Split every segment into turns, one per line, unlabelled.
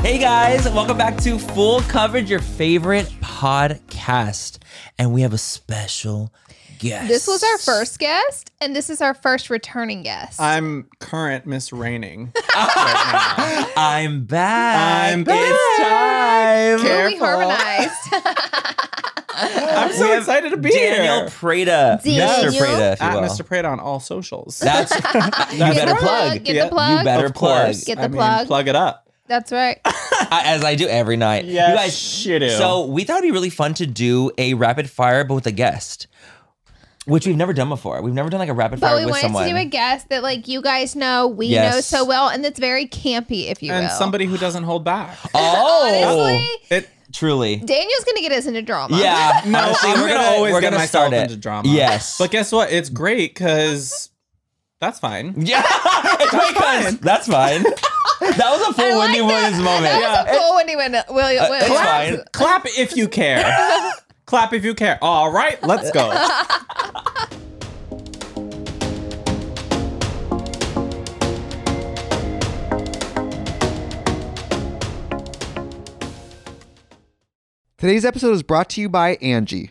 Hey guys, welcome back to Full Coverage, your favorite podcast. And we have a special guest.
This was our first guest, and this is our first returning guest.
I'm current Miss Raining right now.
I'm back.
I'm back.
It's time.
Care-
Really
Careful.
harmonized.
I'm so
We have
excited to be
Daniel
here.
Prada.
Daniel.
Mr. Prada, if you
At
will.
Mr. Prada on all socials.
That's you
Get the
better
plug.
plug.
Get
Yeah,
the
you
plug.
You better
of
plug.
course.
Get the
I mean,
plug.
plug it up.
That's right.
I- as I do every night.
Yes,
you guys,
she do.
So we thought it'd be really fun to do a rapid fire, but with a guest, which we've never done before. We've never done like a rapid
But
fire
we
with
wanted
someone.
to do a guest that, like, you guys know, we know
Yes.
so well, and that's very campy, if you
And
will.
somebody who doesn't hold back.
oh,
Honestly,
It
truly.
Daniel's gonna get us into drama.
Yeah.
no,
honestly,
I'm
we're
gonna, always
we're
get
gonna
myself
start it.
into drama.
Yes.
But guess what? It's great because that's fine.
yeah. it's my cousin. That's fine. That was a full
I like
Oh, Wendy
that.
Williams moment.
That was a cool Wendy Win- William.
Uh, it's
Williams.
fine.
Clap if you care. Clap if you care. All right, let's go.
Today's episode is brought to you by Angie.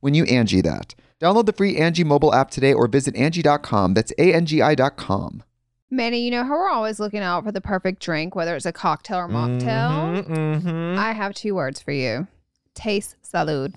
when you Angie that. Download the free Angie mobile app today or visit Angie.com. That's A-N-G-I dot com.
Manny, you know how we're always looking out for the perfect drink, whether it's a cocktail or mocktail?
Mhm.
I have two words for you. Taste salud.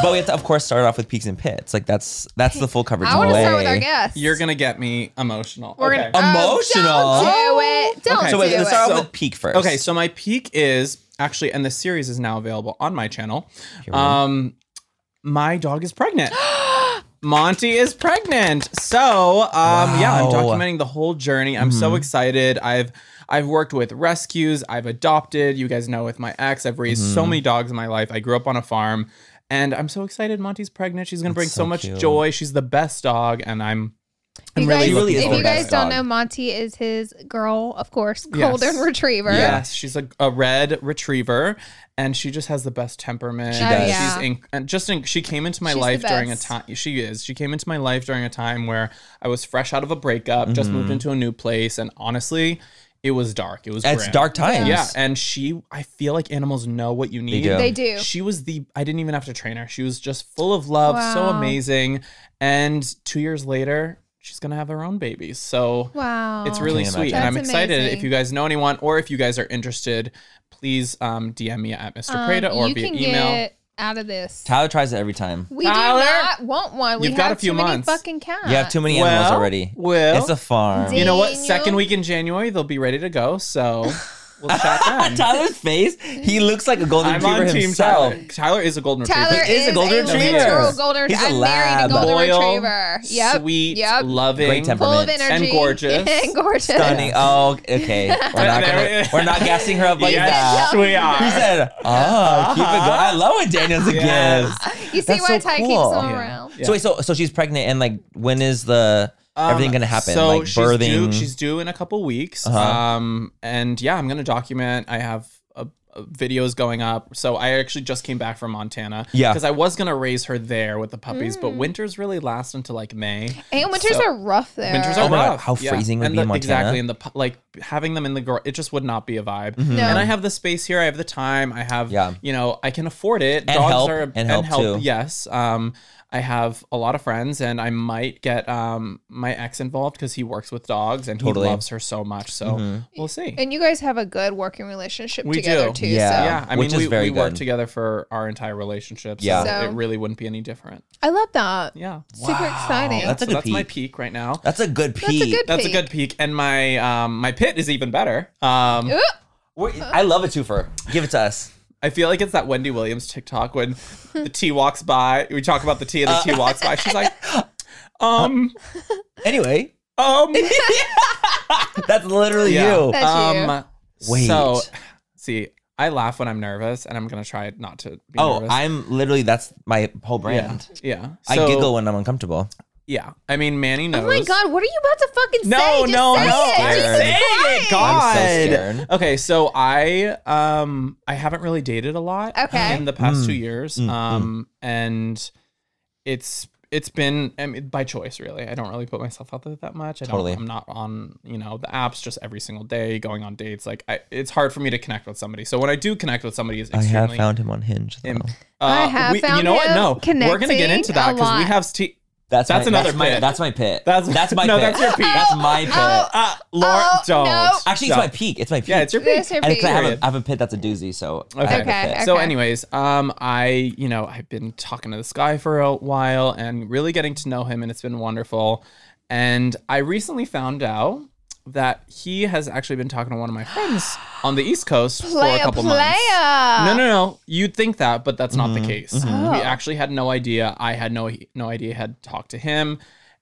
but we have to, of course, start off with peaks and pits. Like that's that's the full coverage.
I want to
way.
start with our guest.
You're gonna get me emotional.
We're
okay.
gonna Oh,
Emotional?
don't do it. Don't
Okay.
So
do
wait,
it.
let's start
So-
off with peak first.
Okay, so my peak is actually, and the series is now available on my channel.
Here we go.
Um, my dog is pregnant. Monty is pregnant. So, um, yeah, I'm
Wow. Mm-hmm.
documenting the whole journey. I'm so excited. I've I've worked with rescues. I've adopted. You guys know with my ex, I've raised
Mm-hmm.
so many dogs in my life. I grew up on a farm, and I'm so excited. Monty's pregnant. She's gonna bring so,
so
much
cute.
joy. She's the best dog, and I'm. I'm
you
really
guys,
She really is
if
the
you guys
best
don't
dog.
know, Monty is his girl, of course,
Yes.
golden retriever.
Yes, she's a, a red retriever, and she just has the best temperament.
She Oh, does.
yeah.
She's in, and just in, she came into my
She's the
life during a
best.
time. She is. She came into my life during a time where I was fresh out of a breakup, just moved
Mm-hmm.
into a new place, and honestly, it was dark. It was
it's
grim.
dark times.
Yeah, and she, I feel like animals know what you need.
do.
They do.
She was the. I didn't even have to train her. She was just full of love, so
Wow.
amazing. And two years later, she's gonna have her own babies. So
Wow.
it's really
Can't
sweet,
imagine.
and I'm
Oh. That's
excited.
amazing.
If you guys know anyone, or if you guys are interested, please um, DM me at Mr.
Um,
Prada or
you
via
can
email.
Get out of this.
Tyler tries it every time.
We
Tyler,
do not want one. We
you've got
have
a few
too
months.
many fucking cats.
You have too many animals
Well,
already.
well,
it's a farm.
You know what?
Daniel.
Second week in January, they'll be ready to go. So we'll chat then.
Tyler's face. He looks like a golden
I'm on
retriever
team
himself.
Tyler. Tyler is a golden
Tyler
retriever.
He is a golden retriever.
literal golden
He's
retriever.
a
I'm married a
lab.
golden
Loyal,
retriever. Yep.
Sweet,
Yep.
loving.
Great temper.
Full of
temperament.
energy
And gorgeous.
and gorgeous.
Stunning. Oh, okay. We're not, gonna, we're not gassing her up like
yes,
that.
we are.
He said, "Oh, keep it going." I love when Daniel's a
Yes.
gift.
You see
That's
why
so
Ty
cool.
keeps them
Yeah.
around.
Yeah.
So wait, so so she's pregnant, and like, when is the
Um,
everything gonna happen?
So
like
she's
birthing.
Due, she's due in a couple weeks.
Uh-huh.
Um, and yeah, I'm gonna document. I have uh uh videos going up. So I actually just came back from Montana.
Yeah.
because I was gonna raise her there with the puppies, but winters really last until like May.
And winters
So-
are rough there.
Winters
Oh
are
my God,
rough.
how freezing would
and
be in
the-
Montana.
Exactly, and the pu- like having them in the garage, it just would not be a vibe.
No.
And I have the space here. I have the time. I have,
Mm-hmm. Yeah.
you know, I can afford it.
And help, and help too.
Yes. Um, I have a lot of friends, and I might get um my ex involved because he works with dogs and
Totally. Mm-hmm.
he loves her so much. So we'll see.
And you guys have a good working relationship
We
together
do.
too.
Yeah.
So
yeah, I mean,
Which is
we,
very
we work
good.
together for our entire relationship. So
Yeah.
So-
it really wouldn't be any different.
I love that.
Yeah.
Super exciting.
That's a Uh,
so
good
that's my
peek.
peak right now.
That's a good
That's
peek.
a good
That's
peek.
a good peak, and my um, my pit is even better. Um,
Ooh,
We're- I love a twofer. Give it to us.
I feel like it's that Wendy Williams TikTok when the tea walks by. We talk about the tea, and the
Uh,
tea walks by. She's like, um,
Anyway,
um,
that's literally
Yeah.
you.
That's you.
um.
Wait.
So, see, I laugh when I'm nervous, and I'm gonna try not to. Be
oh,
nervous.
I'm literally that's my whole
yeah,
brand.
yeah.
I
So,
giggle when I'm uncomfortable.
Yeah, I mean Manny knows.
Oh my god, what are you about to fucking
No,
say? Just
no,
say
no.
it.
I'm
Jesus
saying
Christ.
I'm so
God.
scared.
Okay, so I um I haven't really dated a lot
Okay.
in the past
Mm,
two years.
mm,
um and it's it's been I mean, by choice really. I don't really put myself out there that much. I
Totally.
don't I'm not on, you know, the apps just every single day, going on dates. Like I, it's hard for me to connect with somebody. So when I do connect with somebody it's
I have
extremely
found him on Hinge. Though.
Im-
I have
you
found
know
him
what? No, we're gonna get
connecting
into that
a
because we
lot.
have st-
That's
That's
my,
another
that's my,
pit.
That's my pit. That's
That's-
that's my
no,
pit.
that's your pit.
That's my pit.
Oh,
uh, Laura,
Oh,
don't.
no.
Actually, it's
Don't.
my peak. It's my peak.
yeah, it's your
There's
pick.
your
and it's, I, have
peak.
a, I have a pit that's a doozy. So I
Okay.
have a
Okay,
pit.
okay.
So, anyways, um, I you know I've been talking to this guy for a while and really getting to know him, and it's been wonderful. And I recently found out that he has actually been talking to one of my friends on the East Coast for
Playa,
a couple
playa.
months. No, no, no. You'd think that, but that's not
Mm-hmm,
the case. We
Oh.
actually had no idea. I had no no idea. Had talked to him,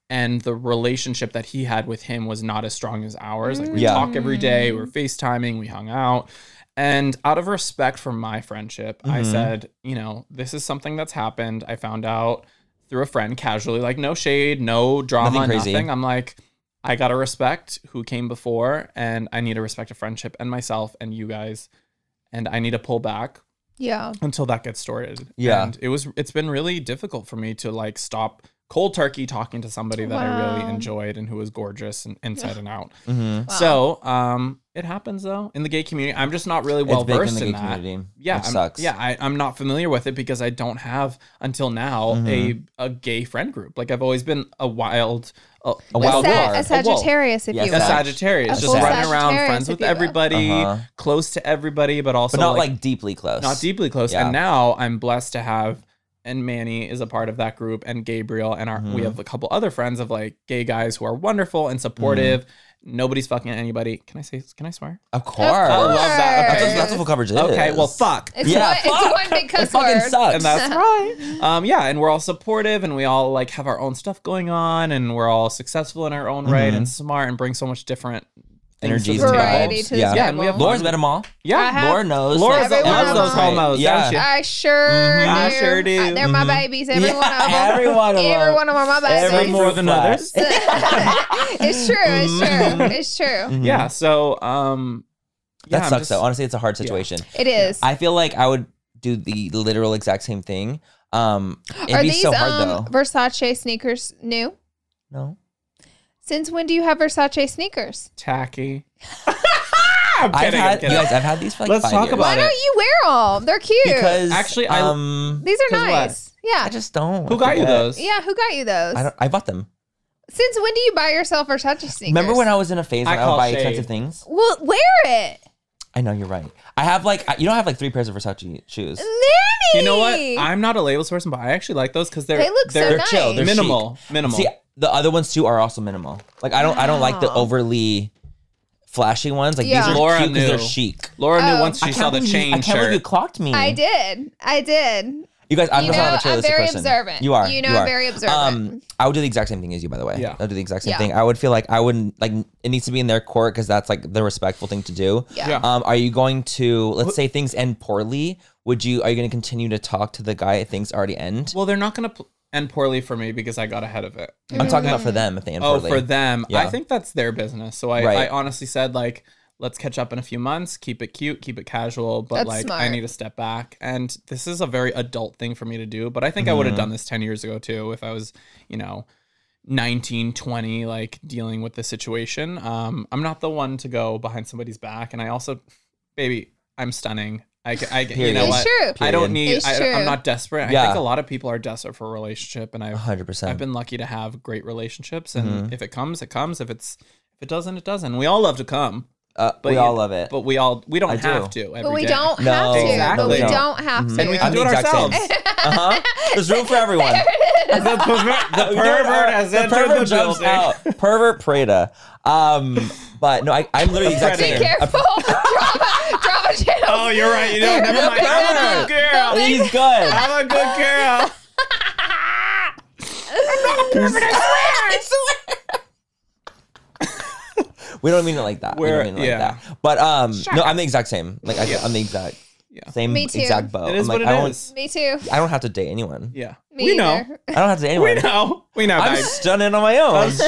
and the relationship that he had with him was not as strong as ours. Like we
Mm. Yeah.
talk every day. We were FaceTiming. We hung out. And out of respect for my friendship, I
Mm-hmm.
said, you know, this is something that's happened. I found out through a friend casually, like no shade, no drama,
Nothing
nothing.
crazy.
I'm like, I gotta respect who came before, and I need to respect a friendship and myself and you guys, and I need to pull back
Yeah.
until that gets sorted.
Yeah.
And it was it's been really difficult for me to like stop cold turkey talking to somebody that I
Wow.
really enjoyed and who was gorgeous and inside and out.
Mhm.
Wow.
So um it happens though in the gay community. I'm just not really well
it's big in
versed
the
in,
gay
that.
community.
Yeah,
which
I'm-
sucks.
yeah, I, I'm not familiar with it because I don't have until now
Mm-hmm.
a, a gay friend group. Like I've always been a wild a,
A
A,
wild
Sag-
card.
a Sagittarius, if
Yes,
you
a
will.
Sag.
Sagittarius,
A
just
full
running around,
Sagittarius,
friends
if
with
you will.
everybody,
Uh-huh.
close to everybody, but also
but not
like
like, deeply close.
not deeply close.
Yeah.
And now I'm blessed to have and Manny is a part of that group, and Gabriel, and our
Mm-hmm.
we have a couple other friends of like gay guys who are wonderful and supportive. Nobody's fucking anybody. Can I say? Can I swear?
Of course.
I love that.
That's, what- that's what full coverage is.
Okay, well, fuck.
It's,
Yeah,
one, it's one big
It
cuss
fucking
word.
sucks.
And that's right. Um, yeah, and we're all supportive, and we all like have our own stuff going on, and we're all successful in our own right, and smart, and bring so much different things to
Mm-hmm. Energies
the
and
table.
Variety
vibes.
to the
Yeah.
table.
Yeah,
and we have
Laura's met them all.
I
Yeah,
have-
Laura knows.
Laura
Everyone
loves
of
those
them.
homos.
Yeah.
Don't you?
I sure
I
do.
sure do.
Uh, They're my babies. Every
Mm-hmm. Yeah,
one of them.
every one of 'em.
Every one of 'em are my babies.
Every more than Mm-hmm.
Flat.
others.
it's true. It's true. It's true.
Mhm.
Yeah. So, um, yeah,
That
I'm
sucks
just-
though. Honestly, it's a hard situation.
It is.
I feel like I would do the literal exact same thing. Um, it'd
are
be
these
so hard
um,
though.
Versace sneakers new?
No,
Since when do you have Versace sneakers?
tacky. I'm
I've
kidding, I'm
had you
kidding.
guys. I've had these for like
Let's
five
talk
years.
about
Why
it.
don't you wear them? They're cute.
because
Actually, I-
um,
these are
'Cause what?
nice.
I
Yeah.
just don't.
Who
I
got you
forget.
those?
Yeah. Who got you those?
I don't. I bought them.
Since when do you buy yourself Versace sneakers?
Remember when I was in a phase
I
when I, would
call
buy
shade.
expensive things?
Well, wear it.
I know you're right. I have like I, you know I have like three pairs of Versace shoes.
Nanny.
You know what? I'm not a labels person, but I actually like those because they're
They look so
they're
nice.
chill, they're
minimal, minimal.
See, the other ones too are also minimal. Like I don't I don't like the
Wow.
overly flashy ones. Like
Yeah.
these are
Laura
cute because they're
knew.
chic.
Laura knew
Oh.
once
I
she
can't
saw the
believe you-
chain
I can't believe you
shirt.
clocked me.
I did. I did.
You guys, I'm
You
just not a
know, I'm
materialistic
very
person.
observant.
You are.
You know,
you
I'm
are. Um,
very observant.
I would do the exact same thing as you, by the way.
Yeah.
I would do the exact same
Yeah.
thing. I would feel like I wouldn't like it needs to be in their court because that's like the respectful thing to do.
Yeah.
Yeah.
Um, are you going to let's say things end poorly? Would you are you going to continue to talk to the guy if things already end?
Well, they're not gonna pl- end poorly for me because I got ahead of it.
I'm talking about for them if they end
Oh,
poorly.
for them. I
Yeah.
think that's their business. So I,
Right.
I honestly said like, let's catch up in a few months, keep it cute, keep it casual, but
That's
like I
smart.
need to step back. And this is a very adult thing for me to do, but I think I would have
Mm-hmm.
done this 10 years ago too if I was, you know, 19, 20 like dealing with the situation. Um I'm not the one to go behind somebody's back and I also baby, I'm stunning. I, ca- I ca- you
Period.
know
It's
what?
true.
I don't
Period.
need
It's
I, I'm
true.
not desperate. I
Yeah.
think a lot of people are desperate for a relationship and I've
100.
I've
percent
been lucky to have great relationships, and
Mm-hmm.
if it comes, it comes. If it's if it doesn't, it doesn't. We all love to come,
uh,
but
We
you-
all love it.
but we all we don't
I do.
have to. every
But we
day.
don't
No, Mm-hmm.
have to.
Exactly.
But we
no.
don't have to.
And we
I'm
can do it
the exact same.
ourselves.
Uh huh. There's room for everyone.
the, perver- the
We did it.
pervert has
the
entered
pervert
the
jumps
building.
out. Pervert Prada. Um, but no, I, I'm literally the exact
Predator.
same.
Be careful. drama, drama channel.
Oh, you're right. You don't. Never
You're
mind.
a
I'm a
pervert.
good girl.
He's good.
I'm a good girl.
We don't mean it like that. we
We're-
don't mean it like
yeah.
that. But um, no, I'm the exact same. Like I, I'm the exact
Yeah.
same
Me too.
exact boat.
It is
I'm like,
what it is.
I don't,
Me too.
I don't have to date anyone.
Yeah,
Me
we know.
either.
I don't have to date
We
anyone.
know. We know,
I'm
guys.
stunning on my own.
It's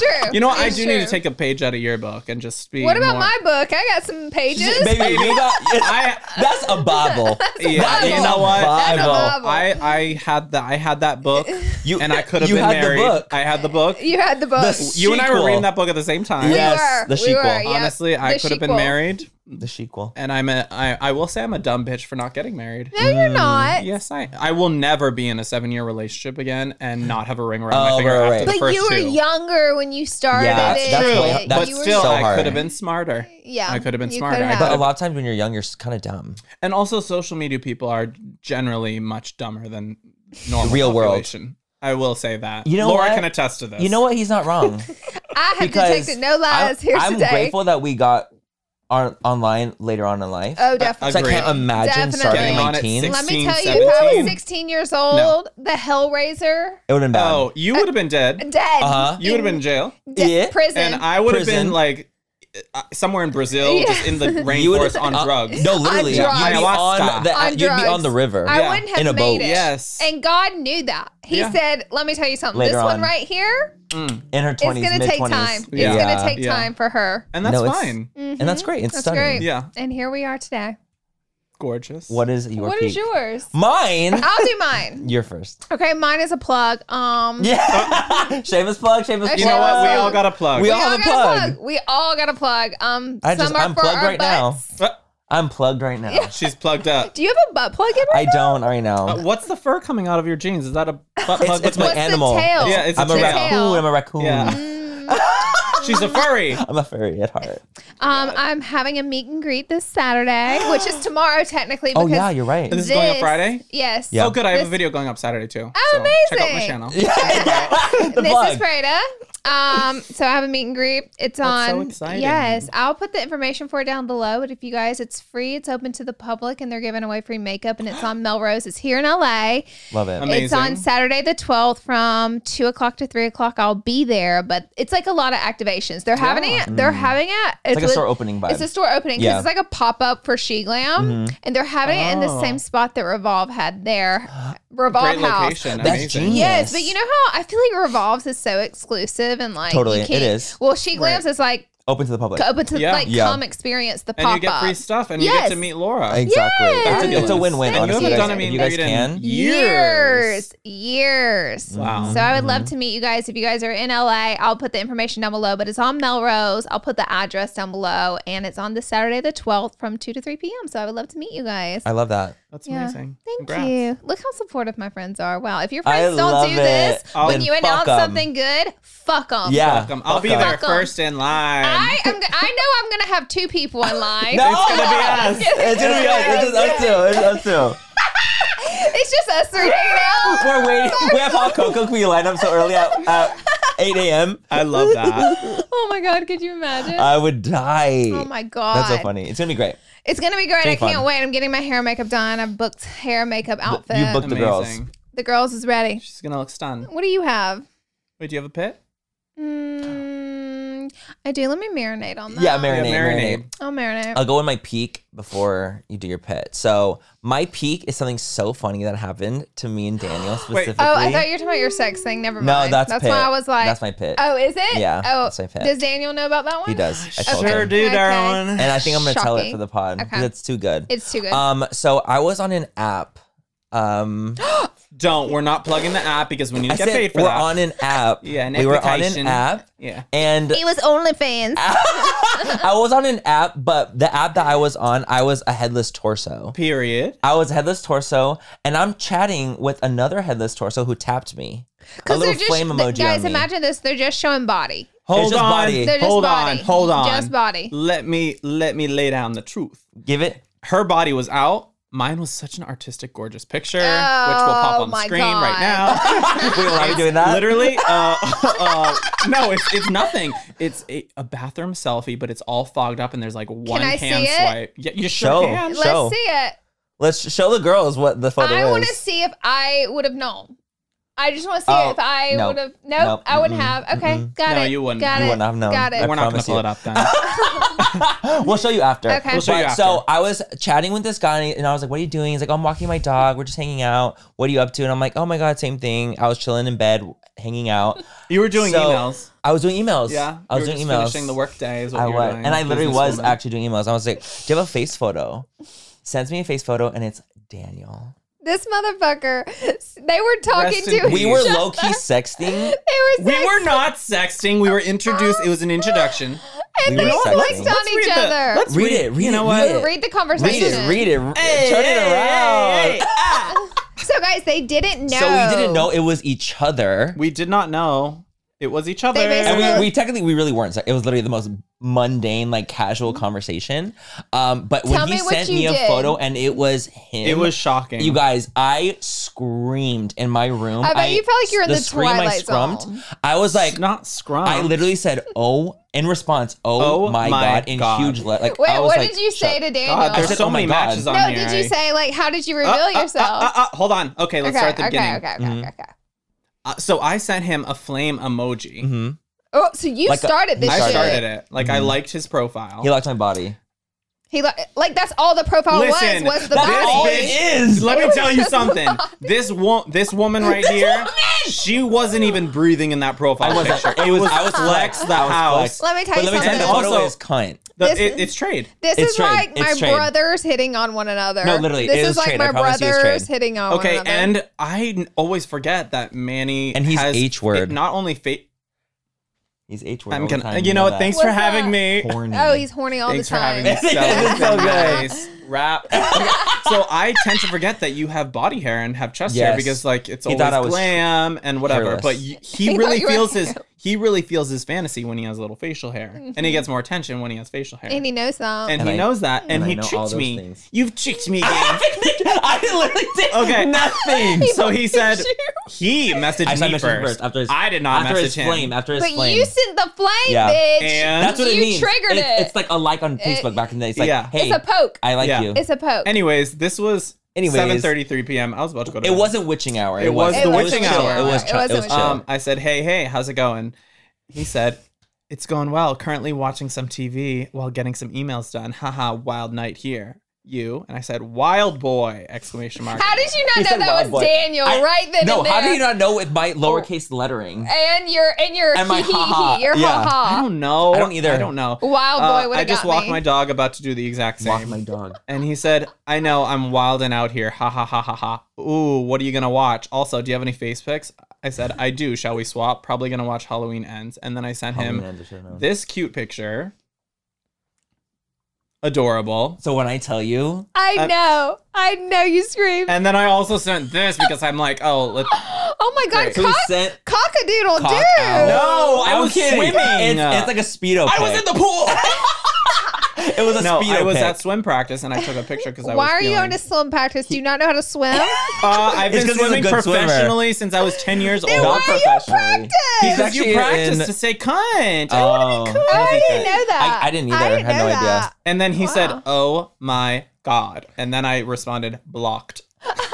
true.
You know, what? I
It's
do need to
true.
take a page out of your book and just be.
What about
more-
my book? I got some pages.
Baby, you got-
I
that's a Bible.
Yeah,
That
you
is
know
a
what?
That's a
Bible.
Bible.
I I had that I had that book,
You-
and I could have
you
been
had the
married.
book.
I had the book.
You had the book.
The-
You and I were
Sequel.
reading that book at the same time.
we
Yeah. Yes,
were.
the
we
sequel.
were. yep.
Honestly, I
The
could have been
sequel.
married,
The sequel.
and I'm a I I will say I'm a dumb bitch for not getting married.
No, you're not.
Mm, Yes, I I will never be in a seven year relationship again and not have a ring around my
Oh,
finger
right,
after
right.
the
But
first
you were
two.
younger when you started
Yeah,
it.
that's That's true. way-
but
that's
you were
still,
so
I
hard.
could have been smarter.
Yeah,
I could have been
you
smarter.
could
I
have.
But a
could've-
lot of times when you're young, you're kind of dumb.
and also, social media people are generally much dumber than normal
real world.
population. I will say that.
You know
Laura
what?
can attest to this.
You know what? He's not wrong.
I have
because
detected no lies
I'm,
here
I'm
today.
grateful that we got on online later on in life.
Oh, definitely.
so I can't
Agreed.
imagine
Definitely.
starting
Getting
at
on at
19.
six-
Let me
16,
tell you, if I was
17.
16 years old, the Hellraiser,
It would have been bad.
Oh, you would have been dead.
dead,
Uh-huh.
You would have been in jail,
dead
Yeah.
prison.
and I would have been
Prison.
like uh, somewhere in Brazil,
Yeah.
just in the
You would've-
rainforest on
uh,
drugs.
No, literally. You'd, be
drugs.
on, the,
On
you'd be on
drugs.
the river.
I
Yeah.
wouldn't have
In a
made
boat.
it.
Yes.
And God knew that. He
Yeah.
said, "Let me tell you something.
Later
this one
on.
right here,
in her
it's
20s,
going to
mid
take
20s.
time.
Yeah.
It's going to take
Yeah.
time for her."
And that's
No, it's-
fine.
And that's great. It's
That's
stunning.
great.
Yeah.
And here we are today.
Gorgeous.
What is your
What is
peak?
yours?
Mine.
I'll do mine.
You're first.
Okay, mine is a plug. Um,
Yeah. Shameless plug. Shameless plug.
You know what? We all got
got
a plug.
We
we all
all have a
got a
plug.
plug. We all got a plug. Um,
I
some
just
are
I'm
for
plugged
our
right now.
butts.
Uh,
I'm plugged right now.
She's plugged up.
Do you have a butt plug in
I
right
don't right now.
Uh, what's the fur coming out of your jeans? Is that a butt plug?
it's it's my
What's the
animal.
tail?
It's-
Yeah, it's a
I'm a
tail.
raccoon. I'm a raccoon.
Yeah.
now?
She's a furry.
I'm a furry at heart.
Um, I'm having a meet and greet this Saturday, which is tomorrow technically.
Oh
because
yeah, you're right.
This is going up Friday?
Yes.
Yeah.
Oh, good. I have
This-
a video going up Saturday too.
Oh,
so Check out my
amazing.
channel.
the
This
plug.
is Freda. Um, so I have a meet and greet. It's
That's so
on.
exciting.
Yes, I'll put the information for it down below. But if you guys, it's free. It's open to the public, and they're giving away free makeup. And it's on Melrose. It's here in LA.
Love it.
Amazing.
It's on Saturday the twelfth from two o'clock to three o'clock. I'll be there, but it's like a lot of activations. They're having it. They're having it.
It's like a
with-
store opening vibe.
It's a store opening because
Yeah.
it's like a pop up for She Glam, and they're having it in the
Oh.
same spot that Revolve had there. Revolve
Great
House.
location.
That's
amazing.
genius.
Yes, but you know how I feel like Revolves is so exclusive and like you
Totally, it
can't-
is.
Well, She Glams is like
Open to the public.
open to
Yeah.
like
Yeah.
come experience the
And
pop
you get
up.
free stuff and you
Yes.
get to meet Laura.
Exactly. It's, a,
Fabulous.
it's a win-win.
Thank
And you
honestly,
haven't
guys.
done a meet
If
and
you guys
greet in
can.
years, years.
Wow.
So I would
Mm-hmm.
love to meet you guys if you guys are in LA. I'll put the information down below, but it's on Melrose. I'll put the address down below, and it's on this Saturday the twelfth from two to three p.m. So I would love to meet you guys.
I love that.
That's
Yeah.
amazing.
Thank
Congrats.
you. Look how supportive my friends are. Wow. If your
I
friends don't
love
do
it.
this
Oh,
when
then
you
fuck
announce
'em.
something good, fuck them.
Yeah.
Welcome. I'll
Fuck
be
them.
there
Welcome.
first in line.
I am. I know I'm gonna have two people in line.
No!
It's gonna be us.
It's gonna be us. It's just us two. It's us two.
It's just us three hanging out.
We're waiting. We have hot cocoa. Can we line up so early at, at 8 a.m.?
I love that.
Oh my god, could you imagine?
I would die.
oh my god,
That's so funny. It's gonna be great.
It's gonna be great. I
It's gonna be
can't
fun.
wait. I'm getting my hair and makeup done. I've booked hair, makeup, outfit.
You booked the girls.
amazing.
the girls is ready.
She's gonna look stunned.
What do you have?
Wait, do you have a pit?
Mm, I do. Let me marinate on that.
Yeah, marinate, Oh,
Yeah, marinate.
marinate.
I'll marinate.
I'll go in my peak before you do your pit. So my peak is something so funny that happened to me and Daniel specifically.
oh, I thought you were talking about your sex thing. Never
no,
mind.
that's pit.
why I was like,
that's my pit.
oh, is it?
Yeah,
Oh,
that's my pet.
does Daniel know about that one?
he does. I told
Sure
him.
do,
Okay.
Darwin.
And I think I'm gonna tell it
Shocking.
for the pod because
Okay.
it's too good.
It's too good.
Um, so I was on an app. Um,
Don't. We're not plugging the app because we need
I
to get
said
paid for
we're
that.
on an app.
Yeah, an
we were on an
application.
app,
yeah.
and
it was OnlyFans.
Ah, I was on an app, but the app that I was on, I was a headless torso.
Period.
I was headless torso, and I'm chatting with another headless torso who tapped me. A
Because
little
they're just
flame emoji.
guys.
on me.
Imagine this: they're just showing body.
Hold
just
on.
body.
They're just
Hold on.
body.
Hold on.
Just body.
Let me let me lay down the truth.
Give it.
Her body was out. Mine was such an artistic, gorgeous picture, which will pop
Oh
on the
my
screen
God.
right now.
Wait, why are you doing that?
Literally, uh, uh, no, it's, it's nothing. It's a, a bathroom selfie, but it's all fogged up, and there's like one
I
hand
see it?
swipe. Yeah, you
Show.
sure can.
Let's
Show.
see it.
Let's sh- show the girls what the photo
I
is.
want to see if I would have known. I just want to see
Oh,
if I
no.
would have. Nope,
Nope.
I wouldn't
Mm-mm.
have. Okay, got
No,
it.
you wouldn't.
Got
You
it.
wouldn't have known.
Got it.
I
We're not gonna
promise
pull
you.
it up then.
we'll show you after.
Okay. We'll
show you
But-
after.
So I was chatting with this guy, and I was like, "What are you doing?" He's like, "Oh, "I'm walking my dog. We're just hanging out. What are you up to?" And I'm like, "Oh my god, same thing. I was chilling in bed, hanging out.
You were doing
So-
emails.
I was doing emails.
Yeah,
I was
you were
doing
just
emails.
Finishing the workday is what
I
you were
was,
doing.
and I literally was
Businesswoman.
actually doing emails. I was like, "Do you have a face photo?" Sends me a face photo, and it's Daniel.
This motherfucker. They were talking
Rest
to.
in
Each
peace.
We were
other.
low key sexting.
They were.
We
sex-
were not sexting. We were introduced. It was an introduction.
we were
They clicked
sexting.
on
read
each
the-
other.
let's
Read it. Read
you know
it,
what?
read it.
Read the
Read
conversation.
it, read it, r- turn it around.
So guys, they didn't know.
So we didn't know it was each other.
We did not know it was each other.
basically-
and we, we technically we really weren't. So It was literally the most mundane, like casual conversation. Um, but
Mm-hmm. Tell
when he
me what
sent
you
me a
did.
photo and it was him,
it was shocking.
You guys, I screamed in my room.
I bet you felt like you were in the Twilight Zone.
I was like,
It's not scrum.
I literally said, "Oh!" in response. Oh,
Oh
my
my
god! In
God.
huge le- like.
Wait,
I was
what
like,
did you say
"Shut
to Daniel?
God, there's
said,
so
oh my
many
God.
matches on
no,
here.
did you say like how did you reveal yourself?
Uh, uh, uh, hold on. Okay, let's
okay,
start at the
okay,
beginning.
okay, okay,
Mhm.
okay, okay.
Uh, so I sent him a flame emoji.
Mhm.
Oh, so you
Like a-
started this.
he
I
shit.
started it. Like I
Mhm.
liked his profile.
He liked my body.
He li- like that's all the profile
Listen,
was was the
that's
body.
all it
is.
Let me tell you something. This wo- this woman right here, she wasn't even breathing in that profile
I was
picture.
like, it was. I was flex.
the
I was
house.
flexed.
Let me tell
But
you
let me tell you,
something.
the photo
Also-
is cunt.
The-
This
it-
is-
it's trade.
This
It's
is
trade.
like my
It's trade.
brothers hitting on one another.
No, literally,
this
it
is,
is
like
trade. I
my
promise you it's
brothers
trade.
hitting on
Okay,
one another.
and I n- always forget that Manny
And he's
has
H word.
it Not only fa-
He's H word.
I'm
all the
gonna.
time,
You know what?
that.
Thanks
What's
for having
that?
me.
Horny.
oh, he's horny all
Thanks
the
for
time.
having me. So,
This is so good.
nice. Rap. so I tend to forget that you have body hair and have chest hair
Yes.
because like it's
He
always
thought I was
glam and whatever.
hairless.
But y- he
He thought
really
you were
feels his he really feels his fantasy when he has little facial hair, and he gets more attention when he has facial hair.
Mm-hmm. And he knows that.
And
And
he
I-
knows that, and,
and I
he
know all
tricked
those
me.
things.
You've tricked me again.
I literally did
Okay.
nothing.
so he said
you.
he messaged
I
me
said message
first.
first after his,
I did not
after
message
his
him.
flame after his
but
flame.
you sent the flame,
Yeah.
bitch.
And-
That's what it
you
means.
triggered
it's,
it.
It's like a like on Facebook
It-
back in the day. It's like,
Yeah.
hey,
it's a poke.
I like
Yeah.
you.
it's a poke.
Anyways, this was
Anyways.
7:33 p.m. I was about to go to
It
bed.
wasn't witching hour.
It was
wasn't.
the
It
witching
chill.
hour.
It was.
It
chill.
was
It
a
was
witching
chill.
hour.
Um, I said, "Hey, hey, how's it going?" He said, "It's going well. Currently watching some TV while getting some emails done. Haha, wild night here. You." And I said, "Wild boy!" Exclamation mark.
How did you not
He
know
said
that
wild
was
boy.
Daniel
I-
right then
No,
and there?
how do you not know with my lowercase lettering?
And your and your
And my
hee hee
ha-ha.
hee, your
Yeah.
I
ha ha.
don't know.
I don't either.
I don't know.
Wild
Uh,
boy would
I
have
just
got
walked
me.
my dog about to do the exact same.
Walk my dog.
And he said, I know I'm wilding out here. Ha ha ha ha ha. Ooh, what are you going to watch? Also, do you have any face pics? I said, I do. Shall we swap? Probably going to watch Halloween Ends. And then I sent
Halloween
him
ends, I should've known.
this cute picture. Adorable.
So when I tell you,
I know, I know you screamed.
And then I also sent this because I'm like, oh, let's.
oh my god,
Great.
so we
cock,
sent
cockadoodle
cock
dude.
out. No, I,
I
was
was kidding.
swimming. It's, it's like a speedo.
I was in the pool.
the. It was a
no,
speedo.
I was
pic.
at swim practice and I took a picture because I was.
Why are you
feeling-
going to swim practice? Do you not know how to swim?
Uh, I've
It's 'cause
been
he's a
swimming
good swimmer.
professionally since I was 10 years old.
Then why are you at
professionally.
practice?
He's
Because
actually
you practice
in-
to say cunt. I wanna be
Oh,
I didn't know that.
I, I didn't either. I, had
know
no idea.
that.
And then he said,
Wow.
"Oh my god!" And then I responded, "Blocked."
Because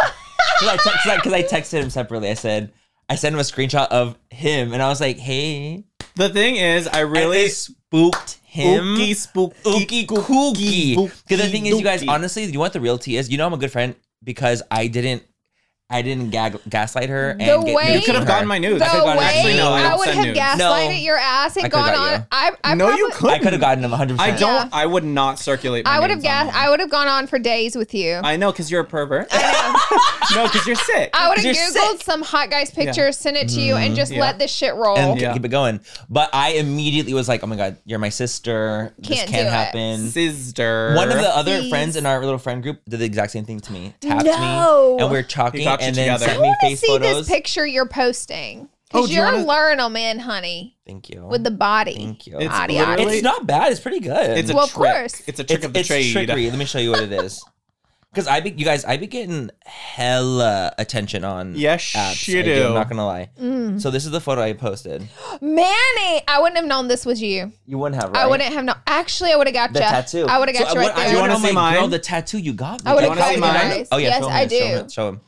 I, text- 'cause I- 'cause I texted him separately. I said, I sent him a screenshot of him, and I was like, hey.
The thing is, I
And
really
it spooked him.
Ookie spooky
Ookie kooky.
kooky,
Because the thing is, you guys,
dookie.
honestly, you know what the real tea is? You know I'm a good friend because I didn't, I didn't gag, gaslight her. And
The
get
way-
news
You could
from
have
her.
gotten my nudes.
The
I could've gotten-
way
actually, no, I,
I,
don't
would
send
have
nudes.
No.
gaslighted your ass
I could've
and gone
got
on.
you.
I, I
no, you
probably-
could.
I could have gotten him 100.
I don't.
Yeah.
I would not circulate. My
I would have
nudes
gas.
online.
I would have gone on for days with you. I,
I know because you're a pervert. no, because you're sick.
would have
'Cause you're
googled some hot guy's picture, sent it to you, and just
Yeah.
let this shit roll.
And
Yeah.
keep it going. But I immediately was like, oh my God, you're my sister. this
Can't
can't
do it.
happen.
Sister.
One of the other
Please.
friends in our little friend group did the exact same thing to me. Tapped
No.
me, and we were
He
talking,
got you
and then
together.
sent
I
me
I want
face
to see
photos.
this picture you're posting.
Oh,
Because
do you
you're
wanna-
a learnal man, honey,
Thank you.
with the body.
Thank you.
It's
It's,
Audio.
literally-
not bad. It's pretty good.
It's a
Well, of
trick.
course.
It's a trick
It's-
of the
it's
trade.
trickery. Let me show you what it is. Because I be, you guys, I be getting hella attention on.
Yes,
apps.
you
I do.
do.
I'm not gonna lie.
Mm.
So this is the photo I posted.
Manny, I wouldn't have known this was you.
You wouldn't have. Right?
I wouldn't have known. Actually, I would have got
The
you.
tattoo.
I would have got
so
you right
I,
there.
I
You wanna
wanna
see
my girl
mine?
the tattoo you got. me.
I would've
You wanna
cut your eyes.
Oh yeah.
Yes,
show him
I
this, show
do.
him- Show him.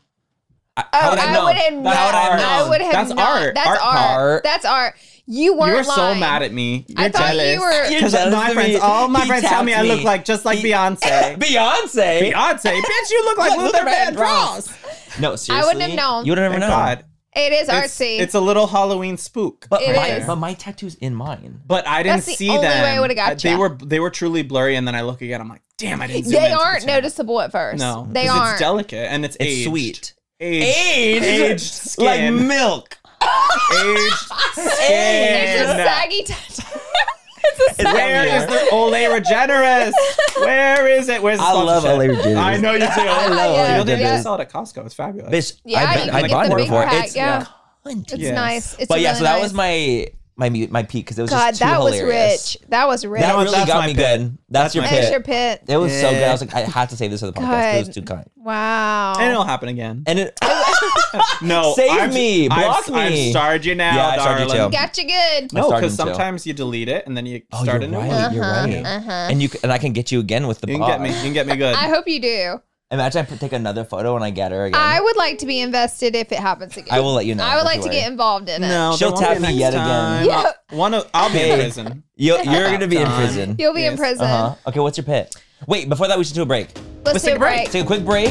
Oh,
how would I
I,
know?
would have known.
How would I have known?
I would have
That's
known.
art.
That's
Art,
art.
Art.
That's art. You
You
weren't
were so
lying.
mad at me. You're
I thought you
jealous.
were-
You're
Because
jealous
my
of
friends,
me.
all my
He
friends tell
tapped
me I look like just like
He-
Beyonce.
Beyonce.
Beyonce, bitch, you look like
Like
Luther Vandross.
No, seriously.
wouldn't have known.
You would have
Thank
never known.
God.
It is
It's,
artsy.
it's a little Halloween spook.
But
It
my,
is.
but my tattoo's in mine.
But I didn't
That's the
see
only
them. Uh,
way I would've got
They
ya.
were they were truly blurry, and then I look again. I'm like, damn, I didn't. Zoom
they
into the
aren't
channel.
noticeable at first.
No,
they
'cause
aren't.
It's delicate and it's,
It's
aged.
sweet.
Aged, aged
like
skin,
milk.
aged
It's a
skin.
saggy tattoo. it's a
It's
saggy.
down
Where
here.
is the Ole Regenerous? Where is it? Where's the
I love
sponsorship?
Ole Regenerous.
I know you do.
I love
Yeah,
Ole
You'll do
Regenerous.
sell it at Costco. It's fabulous.
Bitch,
Yeah,
I,
you
bet, I
can get
bought
the
one
big
before.
pack,
It's
yeah.
cunt.
It's
Yeah.
nice. It's
but yeah,
really
so that
nice.
was my my mu- my peak because it was
God,
just too
that
hilarious.
was rich. That was rich.
That
was-
really
that's
got
my
me
pit.
good. That's, your
my
pit.
There's your pit.
It was so good. I was like,
Yeah.
I had to save this for the podcast. It was
God.
too kind.
Wow.
and it'll happen again.
And it,
No,
Save
I've,
me. Block
I've, I've
me.
starred you now,
Yeah, I've starred you
darling.
too.
Got you good.
I
No,
started
because
him too.
sometimes you delete it and then you
oh,
start a
you're
new
right.
one.
You're
Uh-huh.
right. And you c- and I can get you again with the
You can
bar.
get me. You can get me good.
I hope you do.
Imagine I put- take another photo and I get her again.
I would like to be invested if it happens again.
I will let you know,
I would
don't
like
you
to
worry.
get involved in it.
no, there
She'll
won't be
tap
a
me
next
yet again.
time.
Yeah.
I'll- One of, I'll be in
Hey.
prison.
You're, you're gonna be in
Done.
prison.
You'll be in
Yes.
prison.
Uh huh. Okay, what's your pit? Wait, before that, we should do a break.
Let's, do a break.
Take a quick break.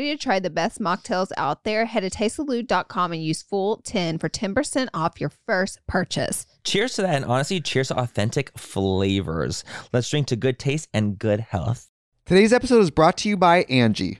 to try the best mocktails out there, head to tastesalute.com and use full 10 for 10% off your first purchase.
Cheers to that, and honestly, cheers to authentic flavors. Let's drink to good taste and good health.
Today's episode is brought to you by Angie.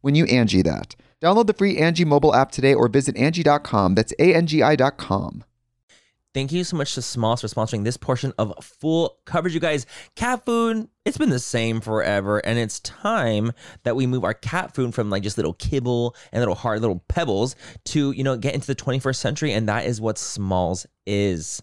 when you Angie that. Download the free Angie mobile app today or visit Angie.com. That's A-N-G-I dot com.
Thank you so much to Smalls for sponsoring this portion of full coverage. You guys, cat food, it's been the same forever. And it's time that we move our cat food from like just little kibble and little hard little pebbles to, you know, get into the 21st century. And that is what Smalls is.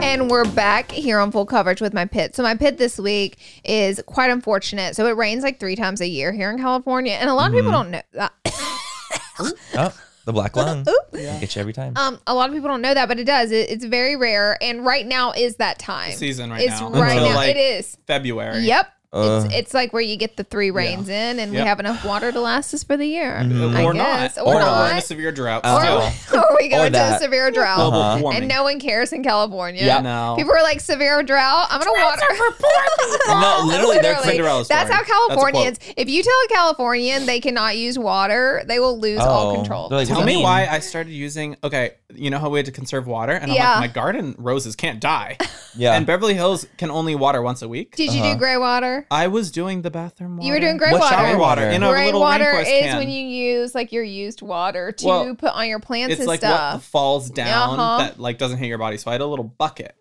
And we're back here on full coverage with my pit. So my pit this week is quite unfortunate. So it rains like three times a year here in California, and a lot of people don't
Mm-hmm.
know uh,
Oh,
that.
the black lung. Get you every time.
Um, a lot of people don't know that, but it does. It, it's very rare, and right now is that time
Season right
It's
now.
right
Until,
now.
like,
it is.
February.
Yep.
Ugh.
it's, it's like where you get the three rains in, and we
Yep.
have enough water to last us for the year. I
Or
guess.
not.
Mm-hmm. Or,
We're in a
not.
severe drought.
Oh.
Or,
still.
or we go
Or
into a
that.
Uh-huh.
severe drought.
Global warming.
And no one cares in California.
Yeah, no.
People are like severe drought. I'm gonna water.
No, literally, they're
Cinderella story.
That's how
That's a quote.
Californians. if you tell a Californian they cannot use water, they will lose all
Oh.
control.
They're like,
Tell
"What does
me
that mean?"
why I started using. Okay, you know how we had to conserve water, and
Yeah.
I'm like, my garden roses can't die,
Yeah.
and Beverly Hills can only water once a week.
Did you do gray water?
I was doing the bathroom water.
You were doing gray
Well,
water.
Shower water in a
gray
little
water
rainforest
is
can.
when you use like your used water to
Well,
put on your plants
It's
and
like what
stuff.
falls down
Uh-huh.
that like doesn't hit your body. So I had a little bucket.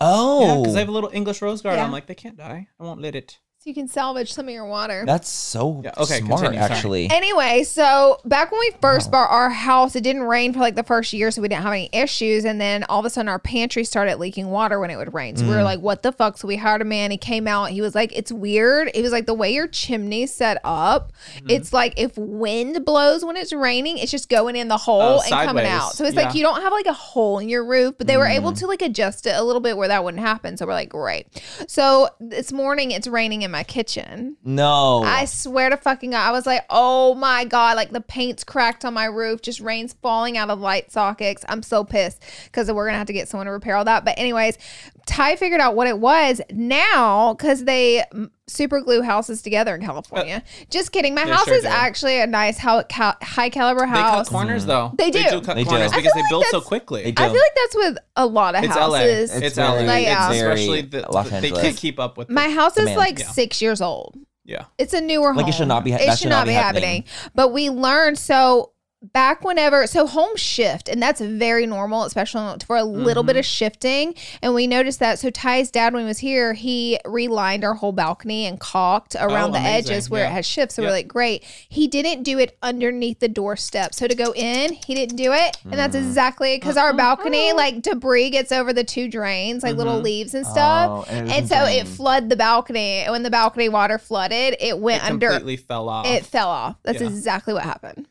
Oh,
because I have a little English rose garden.
Yeah.
I'm like, they can't die. I won't let it.
so you can salvage some of your water.
That's so
Yeah, okay,
smart,
continue, sorry.
actually.
Anyway, so back when we first bought our house, it didn't rain for like the first year, so we didn't have any issues. And then all of a sudden, our pantry started leaking water when it would rain. So
Mm.
we were like, "What the fuck?" So we hired a man. He came out. He was like, "It's weird." It was like the way your chimney's set up.
Mm-hmm.
It's like if wind blows when it's raining, it's just going in the hole
Oh,
and coming
sideways.
out. So it's
Yeah. Mm.
like you don't have like a hole in your roof, but they were able to like adjust it a little bit where that wouldn't happen. So we're like, "Great." So this morning, it's raining in my kitchen.
no.
I swear to fucking God, I was like, oh my God, like the paint's cracked on my roof, just rain's falling out of light sockets. I'm so pissed because we're gonna have to get someone to repair all that. But, anyways, Ty figured out what it was now because they mm, super glue houses together in California. just kidding. My
they
house
Uh, sure
is
do.
actually a nice, how, ca- high caliber
They cut
house.
corners though.
They do.
cut
Mm-hmm. They do.
corners
I
because
feel
they
like
build so
that's-
quickly.
They do.
I feel like that's with a lot of
it's LA.
houses.
It's, LA.
very-
Yeah.
It's
very
especially the,
Los
they
Angeles.
can't keep up with
My house is
Demand.
like
Yeah.
six years old.
Yeah.
It's a newer home.
Like, it should not be-
It
that
should not be happening. But we learned so back whenever so home shift and that's very normal especially for a little bit of shifting and we noticed that so ty's dad when he was here he relined our whole balcony and caulked around the
amazing.
edges where
Yeah.
it has shifts so we're
Yep.
like great he didn't do it underneath the doorstep so to go in he didn't do it and that's exactly because our balcony like debris gets over the two drains like little leaves and stuff
Oh, and it
and
doesn't
so it
drain.
flooded the balcony. And when the balcony water flooded, it went
it
under.
completely fell off.
It fell off. That's
Yeah.
exactly what happened.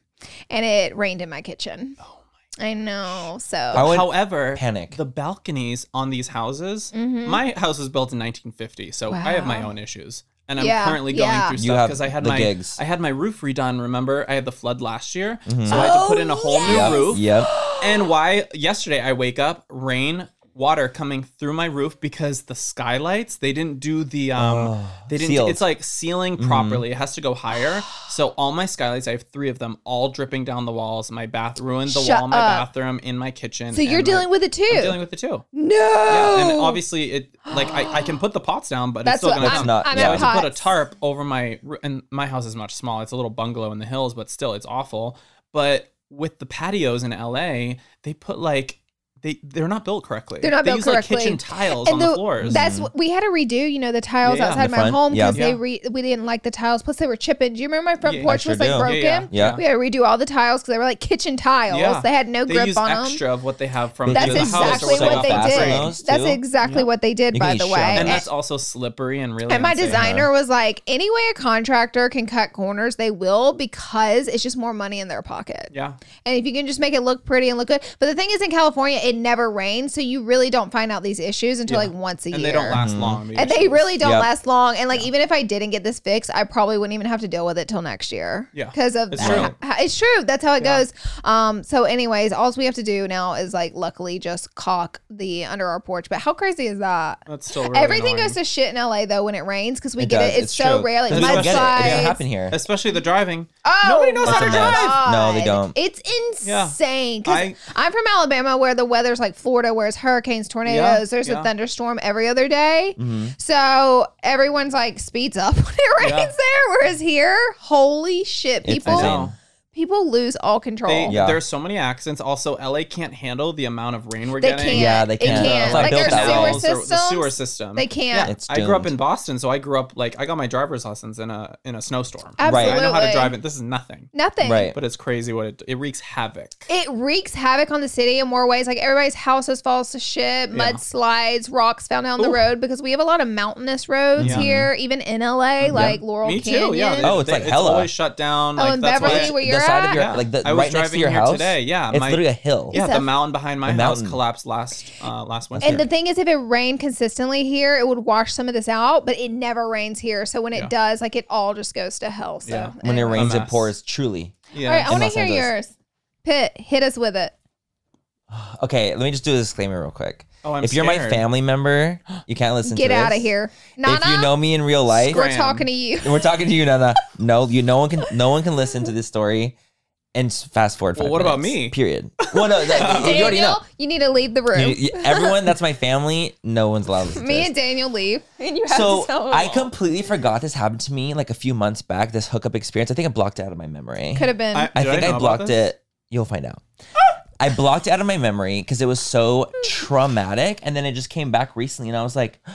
And it rained in my kitchen. Oh my I know.
I
So
would
However,
panic.
the balconies on these houses. My house was built in 1950, so I have my
Mm-hmm. Wow.
own issues, and I'm
Yeah,
currently going
yeah.
through
You
stuff
have
because I had
the
my
gigs.
I had my roof redone. Remember, I had the flood last year, so I
Mm-hmm.
had to put in a
Oh,
whole
Yep,
new roof.
Yep.
And why yesterday I wake up, rain, water coming through my roof because the skylights, they didn't do the um they didn't
sealed.
it's like sealing properly. It has to go higher. So all my skylights, I have 3 of them all dripping down the walls. My bath ruined the
Shut
wall in my
up.
bathroom in my kitchen.
so you're
and my-
dealing with it too.
I'm dealing with the two.
no.
Yeah, and obviously it like I, I can put the pots down, but
that's
it's still
what
gonna
I'm,
come.
not-
I'm
yeah.
So I
at
had to put a
Potts.
tarp over my roo- and my house is much smaller. It's a little bungalow in the hills, but still it's awful. But with the patios in LA, they put like they they're not built correctly.
They're not
they
built
use,
correctly.
Like kitchen tiles
And
on the, floors. Mm.
That's what we had to redo, you know, the tiles
Yeah, on
outside
the
my
front.
home because
Yeah.
they re- we didn't like the tiles. Plus, they were chipping. Do you remember my front
Yeah, I
porch
sure
was like
do. Yeah,
broken?
yeah, yeah.
We had to redo all the tiles because they were like kitchen tiles.
Yeah.
They had no
they
grip
use
on them.
extra of what they have from
They
That's
do.
the
house
house
exactly
or
so
what they
fast
did.
on those,
That's
too.
exactly what they did,
You can
by
eat
the
shit
way.
on
And
that.
And-
that's also slippery and really.
and my
unsafe.
designer was like, any way a contractor can cut corners, they will because it's just more money in their pocket.
Yeah,
And if you can just make it look pretty and look good. But the thing is, in California, it never rains. So you really don't find out these issues until like once a
and
year.
they don't last long.
Mm-hmm.
the
And they
issues.
really don't
Yep.
last long. And like, even if I didn't get this fixed, I probably wouldn't even have to deal with it till next year.
Yeah.
Because of
It's
h-
true.
h- it's true. That's how it goes. Um. So, anyways, all we have to do now is like, luckily, just caulk the under our porch. But how crazy is that?
That's still really
Everything
annoying.
goes to shit in LA though when it rains because we
It
get
does.
it. It's, so
true.
rare, like
we don't get it. It doesn't happen
mudslides.
here.
especially the driving.
Oh,
Nobody knows how to
my
drive. No, they
God.
don't.
It's
Yeah.
insane because
I-
I'm from Alabama, where the weather's like Florida, where it's hurricanes, tornadoes. There's
yeah.
a thunderstorm every other day,
Mm-hmm.
so everyone's like speeds up when it rains
Yeah.
there. Whereas here, holy shit,
It's
people
insane.
No.
people lose all control.
They,
Yeah.
There's so many accidents. Also, LA can't handle the amount of rain we're
They
getting.
can't.
Yeah, they
It
can't.
can't.
It's not
Like
built
their
that way.
sewer
Canals
or the sewer
systems,
system.
they can't.
It's
I grew up
doomed.
in Boston, so I grew up like I got my driver's lessons in a in a snowstorm.
Absolutely.
I know how to drive it. This is nothing,
Nothing.
Right.
but it's crazy what it it wreaks havoc.
it wreaks havoc on the city in more ways. Like everybody's houses falls to shit, mudslides, rocks found down the
Ooh.
road because we have a lot of mountainous roads
Yeah.
here, even in LA, like Laurel
Me
Canyon.
too. Yeah. they-
Oh, it's
they-
like hella.
always shut down.
Oh,
like,
in
that's why-
Beverly, where you're
the side of
at?
your
Yeah.
like the
I was
right next to
driving
your
here
house
today, yeah,
it's
my-
literally a hill.
yeah,
It's
the
a-
mountain behind my
The
house
mountain.
collapsed last uh, last Wednesday.
And the thing is, if it rained consistently here, it would wash some of this out, but it never rains here. So when it
Yeah.
does, like it all just goes to hell. So
Yeah.
When it
anyway.
rains,
A
it
mess.
pours. Truly.
yeah,
All right, I
In
want to
Los
hear
Angeles.
yours. Pitt, hit us with it.
Okay, let me just do a disclaimer real quick.
Oh, I'm
if you're my
scared.
family member, you can't listen.
Get
to this.
out of here, Nana.
if you know me in real life,
we're
Scram.
talking to you.
and we're talking to you, Nana. No, you. No one can. No one can listen to this story. And s- fast forward.
Well,
five
what about
minutes.
me?
Period. Well, no,
Oh,
that, you already know.
Daniel, you need to leave the room.
You- you- everyone that's my family, no one's allowed to listen to
Me
this.
and Daniel leave, and you have
so
to tell
I completely forgot this happened to me like a few months back. This hookup experience, I think I blocked it out of my memory.
Could have been.
I
did
think
know
I,
about
blocked
this? Ah!
it. You'll find out. I blocked it out of my memory because it was so traumatic, and then it just came back recently, and I was like,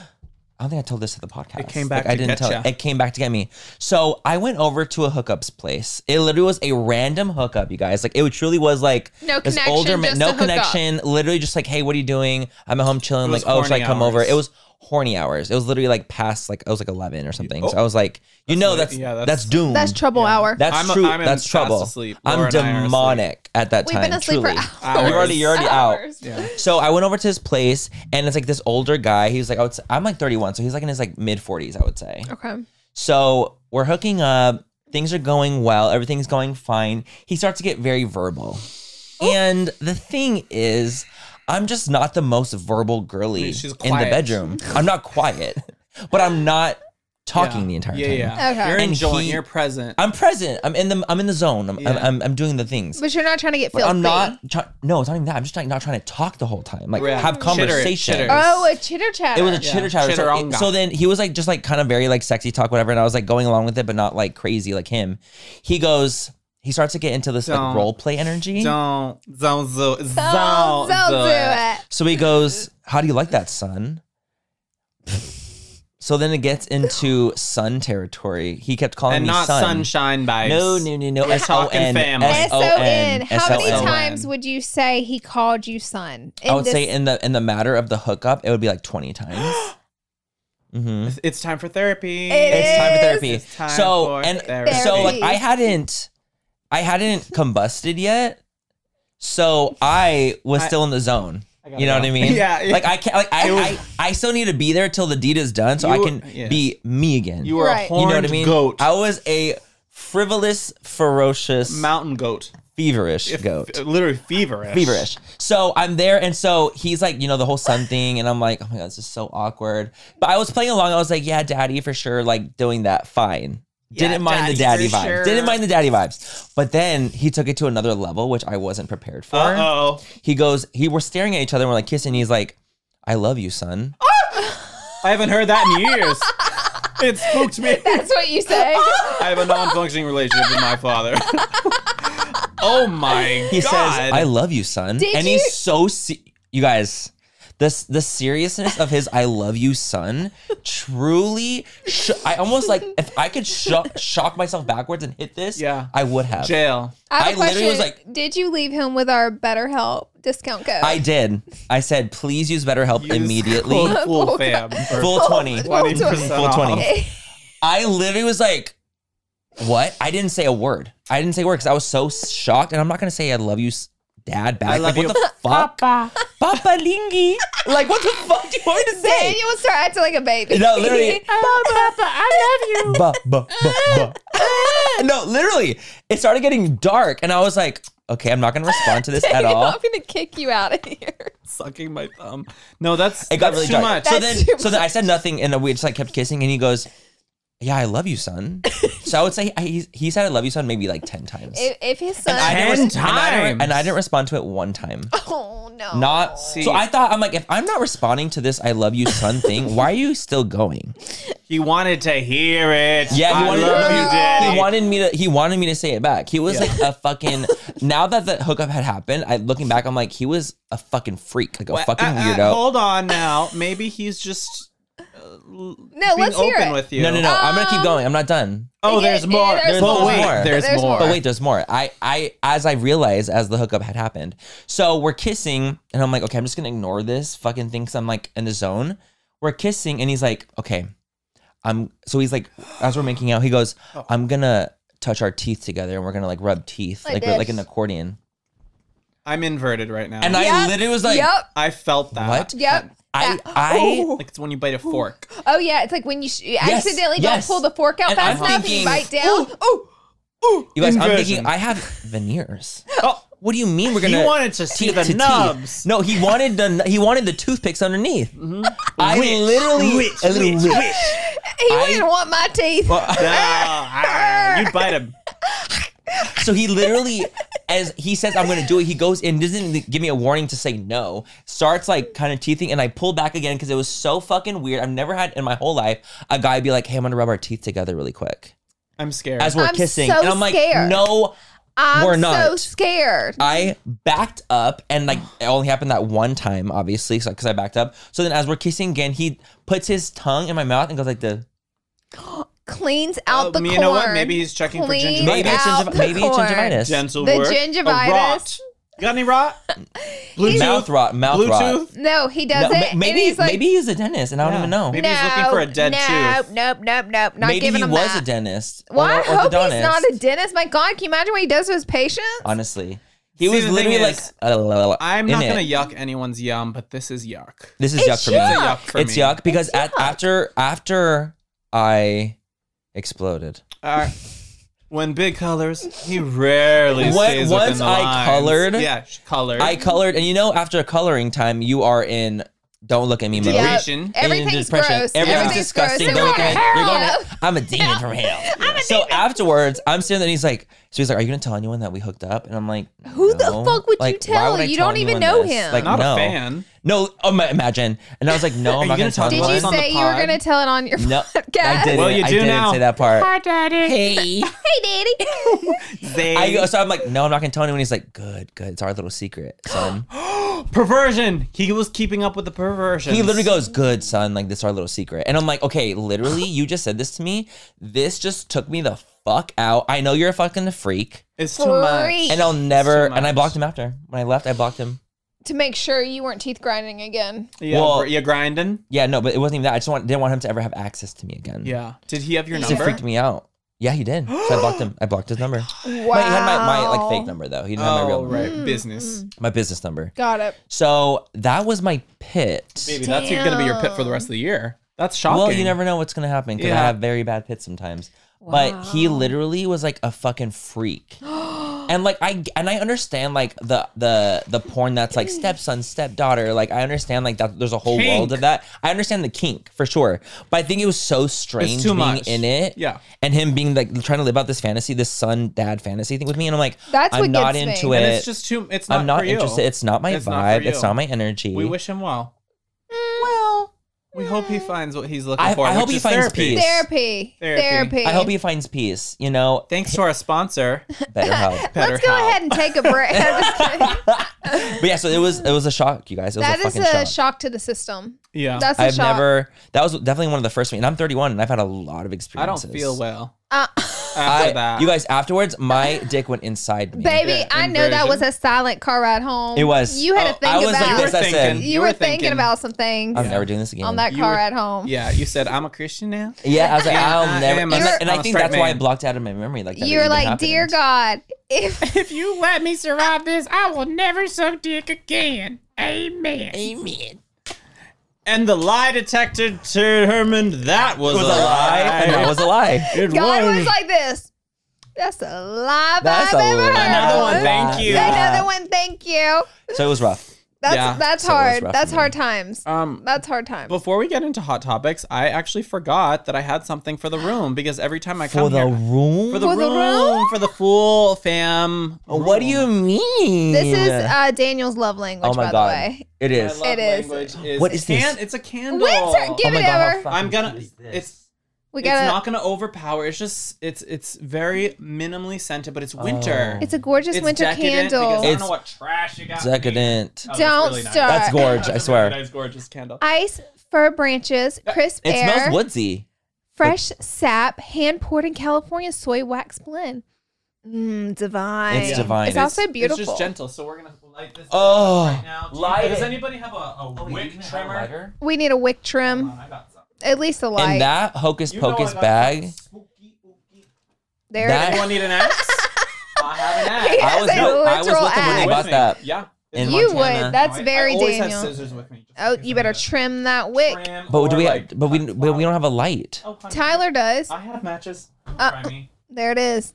I I don't think I told this to the podcast.
It came
Like,
back to
I didn't
get
tell.
ya.
It came back to get me. So I went over to a hookups place. It literally was a random hookup, you guys. Like it truly was like
No
this
connection,
ma-
just a
no
hookup.
connection. Literally just like, hey, what are you doing? I'm at home chilling.
was
Like, oh, should I
horny
come over?
hours.
It was horny hours. It was literally like past like it was like eleven or something. So
oh.
I was like, you know,
late.
that's
Yeah,
that's,
that's-
doom.
That's trouble hour.
That's
I'm-
true.
I'm in
that's
fast
trouble.
asleep.
I'm
Laura and I are asleep.
demonic at that
We've
time.
been asleep for
truly.
hours.
You're already, you're already out.
Hours.
Yeah.
So I went over to his place, and it's like this older guy. He was like, I would say, I'm like 31, so he's like in his like mid 40s, I would say.
Okay.
So we're hooking up. Things are going well. Everything's going fine. He starts to get very verbal, and the thing is, I'm just not the most verbal girly
She's
in the
quiet.
bedroom. I'm not quiet, but I'm not talking
Yeah.
the entire
yeah,
time.
Yeah,
Okay.
You're
And
enjoying.
he-
you're present.
I'm present. I'm in the. I'm in the zone. I'm. I'm,
Yeah.
I'm, I'm doing the things.
But you're not trying to get
But
filthy.
I'm not. Try- no, it's not even that. I'm just like not trying to talk the whole time. Like
Yeah.
have
Chitter it,
conversation.
chitter.
Oh, a chitter chatter.
It was a
Yeah.
chitter chatter. So,
Chitteronga.
so then he was like, just like kind of very like sexy talk, whatever. And I was like going along with it, but not like crazy like him. He goes, he starts to get into this like
Don't.
role play energy.
Don't don't do don't,
Don't, don't do
it.
it.
So he goes, how do you like that, son? so then it gets into son territory. He kept calling
And
me
not
son.
sunshine vibes.
No, no, no, no.
We're
S O
talking
N.
family.
S O N.
How many
S O N.
times would you say he called you son? In
I would
this-
say in the in the matter of the hookup, it would be like twenty times. hmm
It's- It's time for therapy.
It
It's time for
is.
therapy.
It's time
so
for
and
therapy.
so like
Therapy.
I hadn't, I hadn't combusted yet. So I was
I-
still in the zone.
I gotta
You know
go.
what I mean?
Yeah, yeah.
Like I can't. Like I,
It was-
I, I still need to be there till the deed is done, so
You-
I can
yes.
be me again.
You were
Right.
a
You
horned goat.
I was a frivolous, ferocious,
Mountain goat.
feverish
If- uh,
goat
Literally feverish.
feverish. So I'm there, and so he's like, you know, the whole sun thing, and I'm like, oh my god, this is so awkward. But I was playing along. I was like, yeah, daddy, for sure, like doing that, fine.
Yeah,
Didn't mind the daddy
daddy, for
vibes.
sure.
Didn't mind the daddy vibes. But then he took it to another level, which I wasn't prepared for.
Uh oh.
He goes, he we're staring at each other, and we're like kissing. He's like, I love you, son.
I haven't heard that in years. it spooked me.
That's what you say.
I have a non-functioning relationship with my father. oh my
He
god.
says, I love you, son.
Did
and
you-
he's so se- you guys. This, the seriousness of his "I love you, son" truly, sh- I almost like if I could sho- shock myself backwards and hit this,
Yeah.
I would have.
jail.
I, have a
I literally was
question. Did you leave him with our BetterHelp discount code?
I did. I said, please use BetterHelp
Use
immediately.
Code full fam. for
Full twenty.
Full
20%
Full
off.
twenty. I literally was like, what? I didn't say a word. I didn't say a word because I was so shocked, and I'm not gonna say I love you, s- Dad. Back.
I love
like,
you,
What the fuck? Papa Lingy. Like, what the fuck do you want me to say?
Daniel will start acting like a baby.
No, literally.
I love you.
Ba, ba, ba, ba. No, literally. It started getting dark, and I was like, okay, I'm not going to respond to this at all.
I'm gonna kick you out of here.
Sucking my thumb. No, that's
It got
that's
really
too
dark.
much.
So
That's
then,
too
so then I said nothing, and we just like kept kissing. And he goes, "Yeah, I love you, son." so I would say I, he, he said, "I love you, son," maybe like ten times.
If, if his son,
I didn't
Ten
res- and I didn't-
times.
and I didn't respond to it one time.
oh no,
Not
See.
so. I thought I'm like, if I'm not responding to this "I love you, son" thing, why are you still going?
He wanted to hear it.
Yeah, he
I
wanted,
love
he-
you, Daddy.
He wanted me to. He wanted me to say it back. He was
Yeah.
like a fucking. now that the hookup had happened, I looking back, I'm like, he was a fucking freak, like a
Well,
fucking
uh, uh,
weirdo.
hold on now. Maybe he's just
no.
being
Let's hear
open
it.
with you.
No, no, no. I'm gonna keep going. I'm not done.
Oh,
Yeah,
there's
yeah,
more.
there's
but
more.
wait, there's,
There's
more.
more.
But wait, there's more. I, I, as I realized as the hookup had happened, so we're kissing, and I'm like, okay, I'm just gonna ignore this fucking thing because I'm like in the zone. We're kissing, and he's like, okay, I'm. So he's like, as we're making out, he goes, I'm gonna touch our teeth together, and we're gonna like rub teeth,
Like
like like,
this.
an accordion.
I'm inverted right now.
And I
Yep.
literally was like,
yep, Oh.
I felt that.
What?
yep.
I,
That-
I,
Like it's when you bite a fork.
Oh yeah, it's like when you, sh- you accidentally
yes.
don't pull the fork out
And
fast
I'm
enough
thinking,
and you bite down. Oh,
you guys, I'm
Inversion.
thinking I have veneers.
Oh,
What do you mean we're gonna?
he wanted to see
teeth
the
to teeth?
nubs. Mm-hmm.
No, he wanted the he wanted the toothpicks underneath. I
Witch,
literally
witch,
a little
witch,
witch.
he
I-
wouldn't want my teeth.
Well, no, ah, you bite him.
So he literally, as he says, I'm gonna do it. He goes and doesn't give me a warning to say no. Starts like kind of teething, and I pull back again because it was so fucking weird. I've never had in my whole life a guy be like, "Hey, I'm gonna rub our teeth together really quick."
I'm scared.
as we're
I'm
kissing.
so
and I'm like,
scared.
no,
I'm
We're
so
not.
scared.
I backed up, and like it only happened that one time, obviously, because I backed up. So then, as we're kissing again, he puts his tongue in my mouth and goes like the
Cleans out
Oh,
the
you
corn.
know what? Maybe he's checking for
Cleans
gingivitis.
maybe it's,
out
gingiv-
the
maybe it's
corn.
gingivitis.
gentle
The
work. A
gingivitis.
rot. Got any rot? Bluetooth.
Mouth rot, mouth rot.
Bluetooth.
No, he
No,
does
ma-
it. and
maybe
he's like,
maybe he's a dentist, and I don't
Yeah.
even know.
Maybe he's looking for a dead
nope,
tooth.
Nope, nope, nope, Not
Maybe
giving
he
him
was
that.
a dentist.
Well, I
or an
hope he's
orthodontist.
not a dentist. My God, can you imagine what he does to his patients?
Honestly, he
See,
was
the thing
literally like,
is,
uh, la, la, la,
I'm
in
not
it.
gonna yuck anyone's yum, but this is yuck.
This is
It's
yuck for
yuck.
me.
It's a yuck for
it's
me.
yuck because
It's
at,
yuck.
after after I exploded.
All right. When Big colors, he rarely
When-
stays
once
within the
I
lines.
colored-
yeah, colored.
I colored, and you know, after coloring time, you are in don't look at me mode.
Yeah.
Depression.
And in
Everything's
depression.
gross.
Everything's,
Everything's
disgusting.
gross.
Don't look at me.
You're
You're
going
going
to
I'm a demon from hell. so afterwards, I'm sitting there and he's like, so he's like, are you gonna tell anyone that we hooked up? And I'm like,
Who the
"No."
fuck would you
Like, why
tell?
would I
You
tell
don't even
anyone
know
this?
him.
Like,
Not
no.
a fan.
No, um, imagine. And I was like, no, I'm
you
not
gonna
gonna tell
talk
Did
anyone.
you
Well, on the
say you were
pod.
going to tell it on your
No, I
podcast?
didn't.
Well, you
I
do
didn't
now.
say that part.
Hi, Daddy.
Hey.
Hey, Daddy.
They
I go, so I'm like, no, I'm not gonna tell anyone. He's like, good, good. It's our little secret, son.
perversion. He was keeping up with the perversion.
he literally goes, good, son. Like this is our little secret. And I'm like, okay, literally, you just said this to me. This just took me the fuck out. I know you're a fucking freak,
"It's too much."
Freak.
and I'll never. And I
much.
blocked him after when I left. I blocked him.
to make sure you weren't teeth grinding again.
Yeah,
Well- Mm.
well, you grinding.
Yeah, no, but it wasn't even that. I just want, didn't want him to ever have access to me again.
Yeah. Did he have your
so it
number?
freaked me out. Yeah, he did. So I blocked him. I blocked his number.
Wow.
But he had my, my like fake number though. He didn't have my real
Oh,
number.
right.
Mm,
Business.
My business number.
Got it.
So that was my pit.
Maybe that's gonna be your pit for the rest of the year. That's shocking.
Well, you never know what's gonna happen because I
Yeah.
have very bad pits sometimes. But he literally was like a fucking freak, and like I and I understand like the the the porn that's like stepson stepdaughter. Like I understand like that there's a whole world
Kink.
of that. I understand the kink for sure, but I think it was so strange
too
being
much.
in it.
Yeah.
and him being like trying to live out this fantasy, this son dad fantasy thing with me, and I'm like,
That's
I'm
what
not
gets me.
into
And
it.
it's just too. It's not.
I'm not
for you.
interested. It's not my
It's not for
vibe. it's
you.
not my energy.
We wish him well.
well.
We hope
Mm.
he finds what he's looking
I-
for.
I
which
hope he
is
finds
therapy.
peace.
Therapy.
Therapy.
Therapy.
I hope he finds peace. You know,
Thanks to our sponsor,
better help.
Better
Let's go ahead and take a break. I'm just kidding.
But yeah, so it was it was a shock, you guys. It was
That
a
is
fucking
a
shock.
shock. to the system.
Yeah.
That's a
I've
shock.
never. That was definitely one of the first. And I'm 31, and I've had a lot of
I don't
experiences.
feel well
Uh,
after
I-
that.
You guys, afterwards, my dick went inside me.
baby,
Yeah,
I know that was
inversion.
a silent car ride home.
It was.
You had
Oh,
to think
I was
about
like this. I said,
thinking.
you, were thinking, about some things
I'm never doing this again.
on that
You
car
were-
ride home.
Yeah, you said I'm a Christian now.
yeah, I was like,
Yeah, I
I'll never.
am
And,
a-
I- and
I'm
I
a
think
straight
that's why I
man.
blocked out of my memory. Like that
You're
even
like,
happened.
dear God, if
If you let me survive this, I will never suck dick again. Amen.
And the lie detector determined that was,
It was a lie, and that was a lie.
It
God was like this, that's a lie
That's
I've
a
ever
lie.
heard.
Another one,
Lie.
thank you.
Another one, thank you.
So it was rough.
That's
Yeah.
that's
So it was
hard.
rough
That's
for me.
hard times.
um,
That's hard times.
before we get into hot topics, I actually forgot that I had something for the room because every time I come
For the
here,
room.
for the
For
room,
the room?
for the full fam.
what do you mean?
this is uh, Daniel's love language,
oh my
by
god,
the way.
it is.
It is.
What is this?
can- It's a candle.
Winter, give
oh my
it
god, how
over.
fucking
I'm gonna.
cute is this?
It's
We
it's
gotta.
not gonna overpower. It's just it's it's very minimally scented, but it's winter.
Oh.
it's a gorgeous
It's
winter
decadent because
candle.
I don't
It's
know what trash you got.
decadent.
Oh, that's
Don't
really nice.
start.
That's gorge. I
That's a
swear.
really Nice, gorgeous candle.
Ice, fir branches, crisp
It
air,
smells woodsy.
fresh sap, hand poured in California soy wax blend. Mmm, divine.
It's divine.
It's also beautiful.
It's just gentle, so we're gonna light this
Oh,
right now. Do you-
light
Does
it.
anybody have a, a wick trimmer?
we need a wick trim,
I got some.
at least a light.
And that hocus
You know I
pocus
got
bag.
some spooky, ooky.
there
that-
it
Anyone need an axe? I have an axe.
is.
I was-
It's a
no, I was
literal
looking when they
axe.
With
bought
me.
that.
Yeah.
In
You
Montana.
would. That's
I-
very
I always
Daniel.
Have scissors with me, just
Oh,
in case
you
I
better
need a
trim that wick.
trim
But do
or,
we?
like,
but we.
cut
But we
flower.
don't have a light.
Oh, honey,
Tyler does.
I have matches.
Uh,
Try me.
There it is.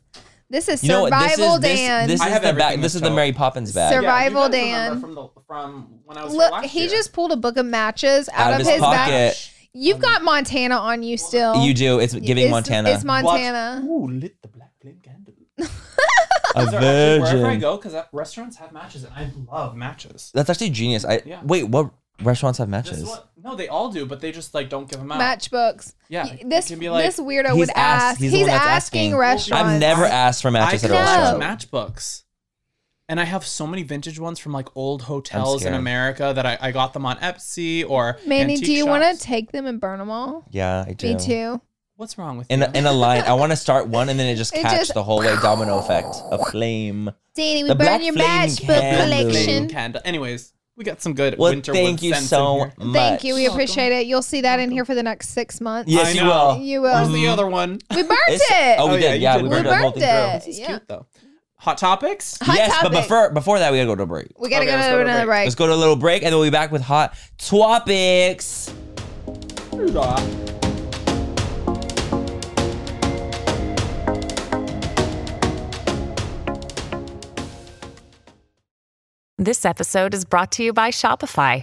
This is
You know what? This
survival
is this,
Dan.
this
I
is
have
the
everything
bag. This
that's
is the
dope.
Mary Poppins bag.
Sur- Survival
yeah, you guys
Dan.
remember From, the, from when I was here
Look,
last
he
year.
just pulled a book of matches out, of, his back.
pocket.
You've got Montana on you still.
You do. It's giving
It's-
Montana
It's Montana.
Watch. Ooh, lit the black flame candle.
a
Those are actually Wherever I
virgin.
go, because restaurants have matches, and I love matches.
That's actually genius. I
Yeah.
wait. What restaurants have
This
matches?
one, no, No, they all do, but they just like don't give them out.
Matchbooks.
Yeah,
Y-
it
This
can be like-
this weirdo
He's
would
asked-
ask.
he's
He's,
the one that's
asking,
asking.
restaurants.
I've never asked for
I
matches at
can
a
No.
restaurant.
matchbooks. And I have so many vintage ones from like old hotels in
scared.
America that I, I got them on Etsy or
Manny,
antique
do you want
shops.
to take them and burn them all?
Yeah, I do.
Me too.
What's wrong with
In
you?
a, in a line, I want to start one and then it just
It
catch
just-
the whole way domino effect of flame.
Danny, we
The black
burn your
flame
matchbook
candle.
collection.
candle. Anyways, we got some good
Well,
winter.
thank
wood
you
scents in
so
here.
much.
Thank you. We appreciate it. You'll see that in here for the next six months.
Yes,
I
you
know.
will.
You
Where's
will.
the other one?
We burnt
It's-
it.
Oh, we
Oh, yeah,
did.
you
Yeah,
did.
we
We
burned the whole
burned
thing through.
it.
This is
Yeah.
cute though. Hot topics.
Hot
Yes, but
topic.
before before that, we gotta go to a break.
we gotta
Okay,
go
let's
to
go to
another
break.
break.
Let's go to a little break, and then we'll be back with hot topics.
This episode is brought to you by Shopify.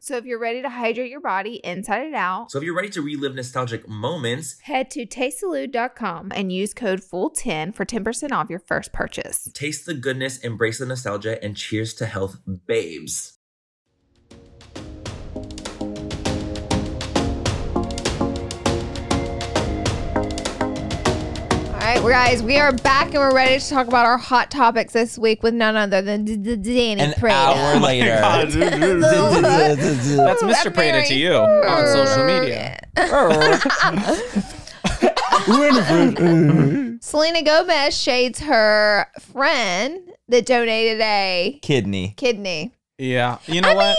So if you're ready to hydrate your body inside and out,
So if you're ready to relive nostalgic moments,
head to tastesalud.com and use code FULL10 for 10% off your first purchase.
taste the goodness, embrace the nostalgia, and cheers to health, babes.
All right, guys, we are back and we're ready to talk about our hot topics this week with none other than D- D- Danny
An
Prada.
Oh
hour later.
That's
That's
Mr. Prada to
very-
you on social media.
Selena Gomez shades her friend that donated a
Kidney.
kidney.
Yeah. You know what?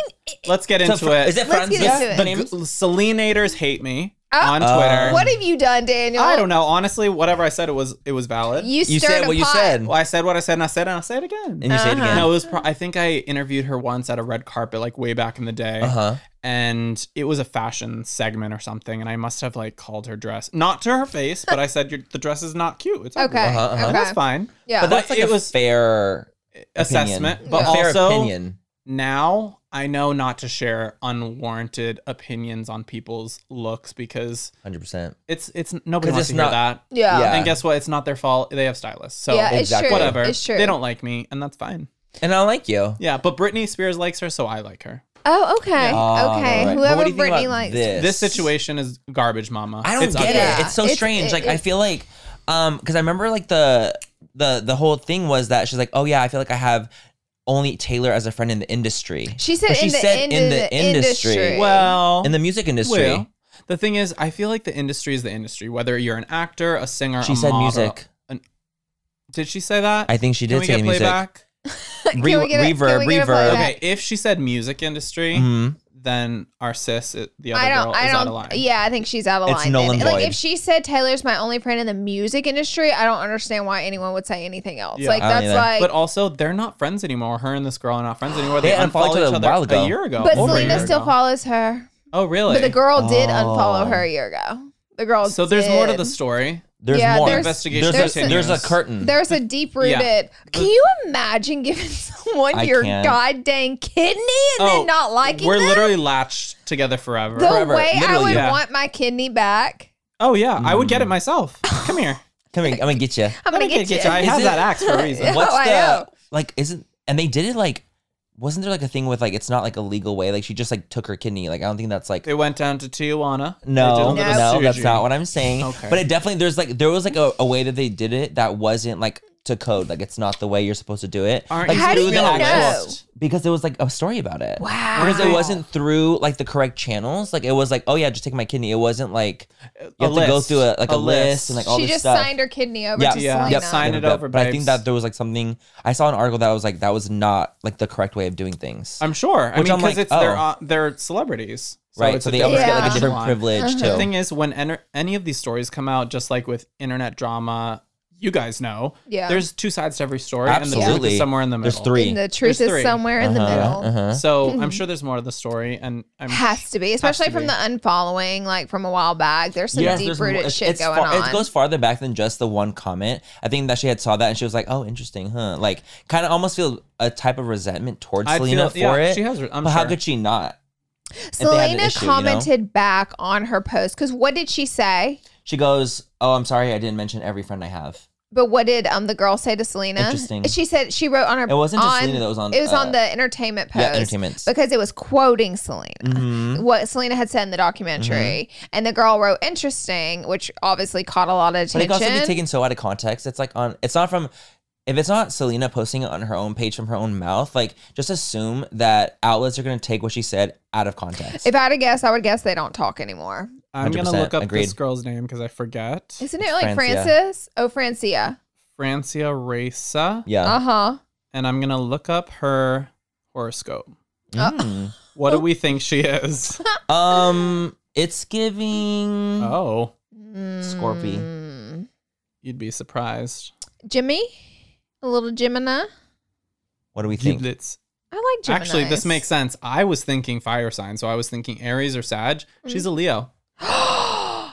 Let's get into
So,
it.
Is it
Let's
Franz?
get
Yes,
into it.
the name Selinators hate me
Oh.
on
Uh,
Twitter.
What have you done, Daniel?
I don't know. Honestly, whatever I said, it was it was valid.
You,
You
stirred
said
a
what you
pot.
said.
Well, I said what I said, and I said, it, and I say it again.
And you say
Uh-huh.
it again.
No, it was. Pro- I think I interviewed her once at a red carpet, like way back in the day,
Uh-huh.
and it was a fashion segment or something. And I must have like called her dress, not to her face, but I said "Your- the dress is not cute. It's
Okay.
ugly."
uh-huh.
And
Okay.
that's fine.
Yeah.
But that's
But
like
it
a
was-
fair
Assessment,
opinion.
but
A fair
also
opinion.
now I know not to share unwarranted opinions on people's looks because
100%.
it's it's nobody
'Cause
wants
it's
to hear
not-
that.
yeah.
Yeah.
And guess what? It's not their fault. They have stylists, so
yeah, it's
Exactly.
true.
whatever.
It's true.
They don't like me, and that's fine.
And I like you.
Yeah, but Britney Spears likes her, so I like her.
Oh, okay.
Ah, right,
okay.
right. But
Whoever
what do you think
Brittany
about
likes.
this?
This situation is garbage, Mama.
I don't
It's
get
ugly.
it.
Yeah.
It's so
It's-
strange.
it-
like I
it-
feel like um because I remember like the the the whole thing was that she's like, "Oh yeah, I feel like I have only Taylor as a friend in the industry."
She said
But she
in the-
said
in
in
the
the industry.
industry.
Well,
in the music industry.
well, the thing is, I feel like the industry is the industry. Whether you're an actor, a singer,
She
a
said
uh, model-
music.
an- did she say that?
I think she
Can
did
we
say
get
music.
playback?
Re-
we get a-
reverb,
can we get a
reverb.
playback?
Okay, if she said music industry,
Mhm.
then our sis, i- the other
I don't.
girl,
I
is
don't.
out of line.
Yeah, I think she's out of
It's
line.
null
then.
and
like
void.
if she said Taylor's my only friend in the music industry, I don't understand why anyone would say anything else.
Yeah.
like
I don't
that's
either.
like.
But also, they're not friends anymore. Her and this girl are not friends anymore. They,
They
unfollowed
unfollowed
each
a
other
while ago.
a year ago.
but
over a
Selena
year
still
ago.
follows her.
Oh, really?
But the girl did
Oh.
unfollow her a year ago. The girl.
So there's more to the
did.
story.
There's
Yeah,
more.
there's-
Investigation
There's, a,
continues.
there's a curtain.
There's a deep rooted.
Yeah.
Can you imagine giving someone
I
your
can't.
goddamn kidney and then not liking
Oh, We're
them?
literally latched together forever.
the
Forever.
way I
Literally,
would
yeah.
want my kidney back.
Oh yeah, I would
Mm.
get it myself. Come here.
Come here, I'm gonna get you.
I'm gonna
Let me
get, you.
I
Is
have
it-
that axe for a reason.
What's
I
the
know.
like? Isn't and they did it like? Wasn't there like a thing with like it's not like a legal way? Like she just like took her kidney. Like I don't think that's like
They went down to Tijuana. They did a
No,
little
no, that's
surgery.
not what I'm saying.
Okay.
But it definitely there's like there was like a, a way that they did it that wasn't like to code. Like it's not the way you're supposed to do it.
Aren't
like
you
How do
through
you
the
know?
actual- Because there was like a story about it. Wow. Because it wasn't through like the correct channels. Like it was like, oh yeah, just take my kidney. It wasn't like you have to go
list.
through a, like a,
A
list.
list.
and like all
she
this
just
stuff.
signed her kidney over
Yeah.
to
Yeah.
Selena.
Yep. Sign it
but-
over,
But I think
babes.
that there was like something I saw an article that was like that was not like the correct way of doing things.
I'm sure. I
Which
mean,
I'm
because
like,
it's they're
oh.
uh, they're celebrities, so
right.
It's
So
a
they always get like a
Yeah.
different
echelon.
privilege
The
too.
thing is, when enter- any of these stories come out, just like with internet drama, you guys know.
Yeah.
There's two sides to every story, and the truth
Absolutely.
is somewhere in the middle.
There's three.
And the truth
There's three.
is somewhere in the
Uh-huh,
middle.
uh-huh.
So I'm sure there's more to the story, and I'm
Has to be, especially
to
from
be.
the unfollowing, like from a while back. There's some
Yes,
deep
there's more-
rooted
it's-
shit
it's
going
far-
on.
It goes farther back than just the one comment. I think that she had saw that and she was like, "Oh, interesting, huh?" Like, kind of almost feel a type of resentment towards
I
Selena
feel- yeah,
for it.
she has re- I'm
but how
sure.
could she not? they had an
Selena
issue, you know?
commented back on her post because what did she say?
She goes, "Oh, I'm sorry, I didn't mention every friend I have."
But what did um the girl say to Selena?
Interesting.
She said she wrote on her.
It wasn't just
on-
Selena that was on,
It was
uh,
on the entertainment post.
yeah, Mm-hmm. entertainments.
because it was quoting Selena.
Mm-hmm.
What Selena had said in the documentary,
Mm-hmm.
and the girl wrote "interesting," which obviously caught a lot of
But it
attention.
can also be taken so out of context. It's like on. It's not from. If it's not Selena posting it on her own page from her own mouth, like just assume that outlets are going to take what she said out of context.
if I had to guess, I would guess they don't talk anymore.
I'm gonna
100%
look up
agreed.
this girl's name because I forget.
Isn't it like
Francia.
Francis? Oh, Francia.
Francia Reza,
yeah.
Uh huh.
and I'm gonna look up her horoscope.
Uh,
Mm.
What do we think she is?
Um, it's giving
Mm-hmm.
oh,
Scorpy.
Mm.
you'd be surprised.
Jimmy, a little Gemini.
What do we think?
Giblets.
I like Gemini.
Actually, this makes sense. I was thinking fire sign, so I was thinking Aries or Sag. She's a
Mm.
Leo.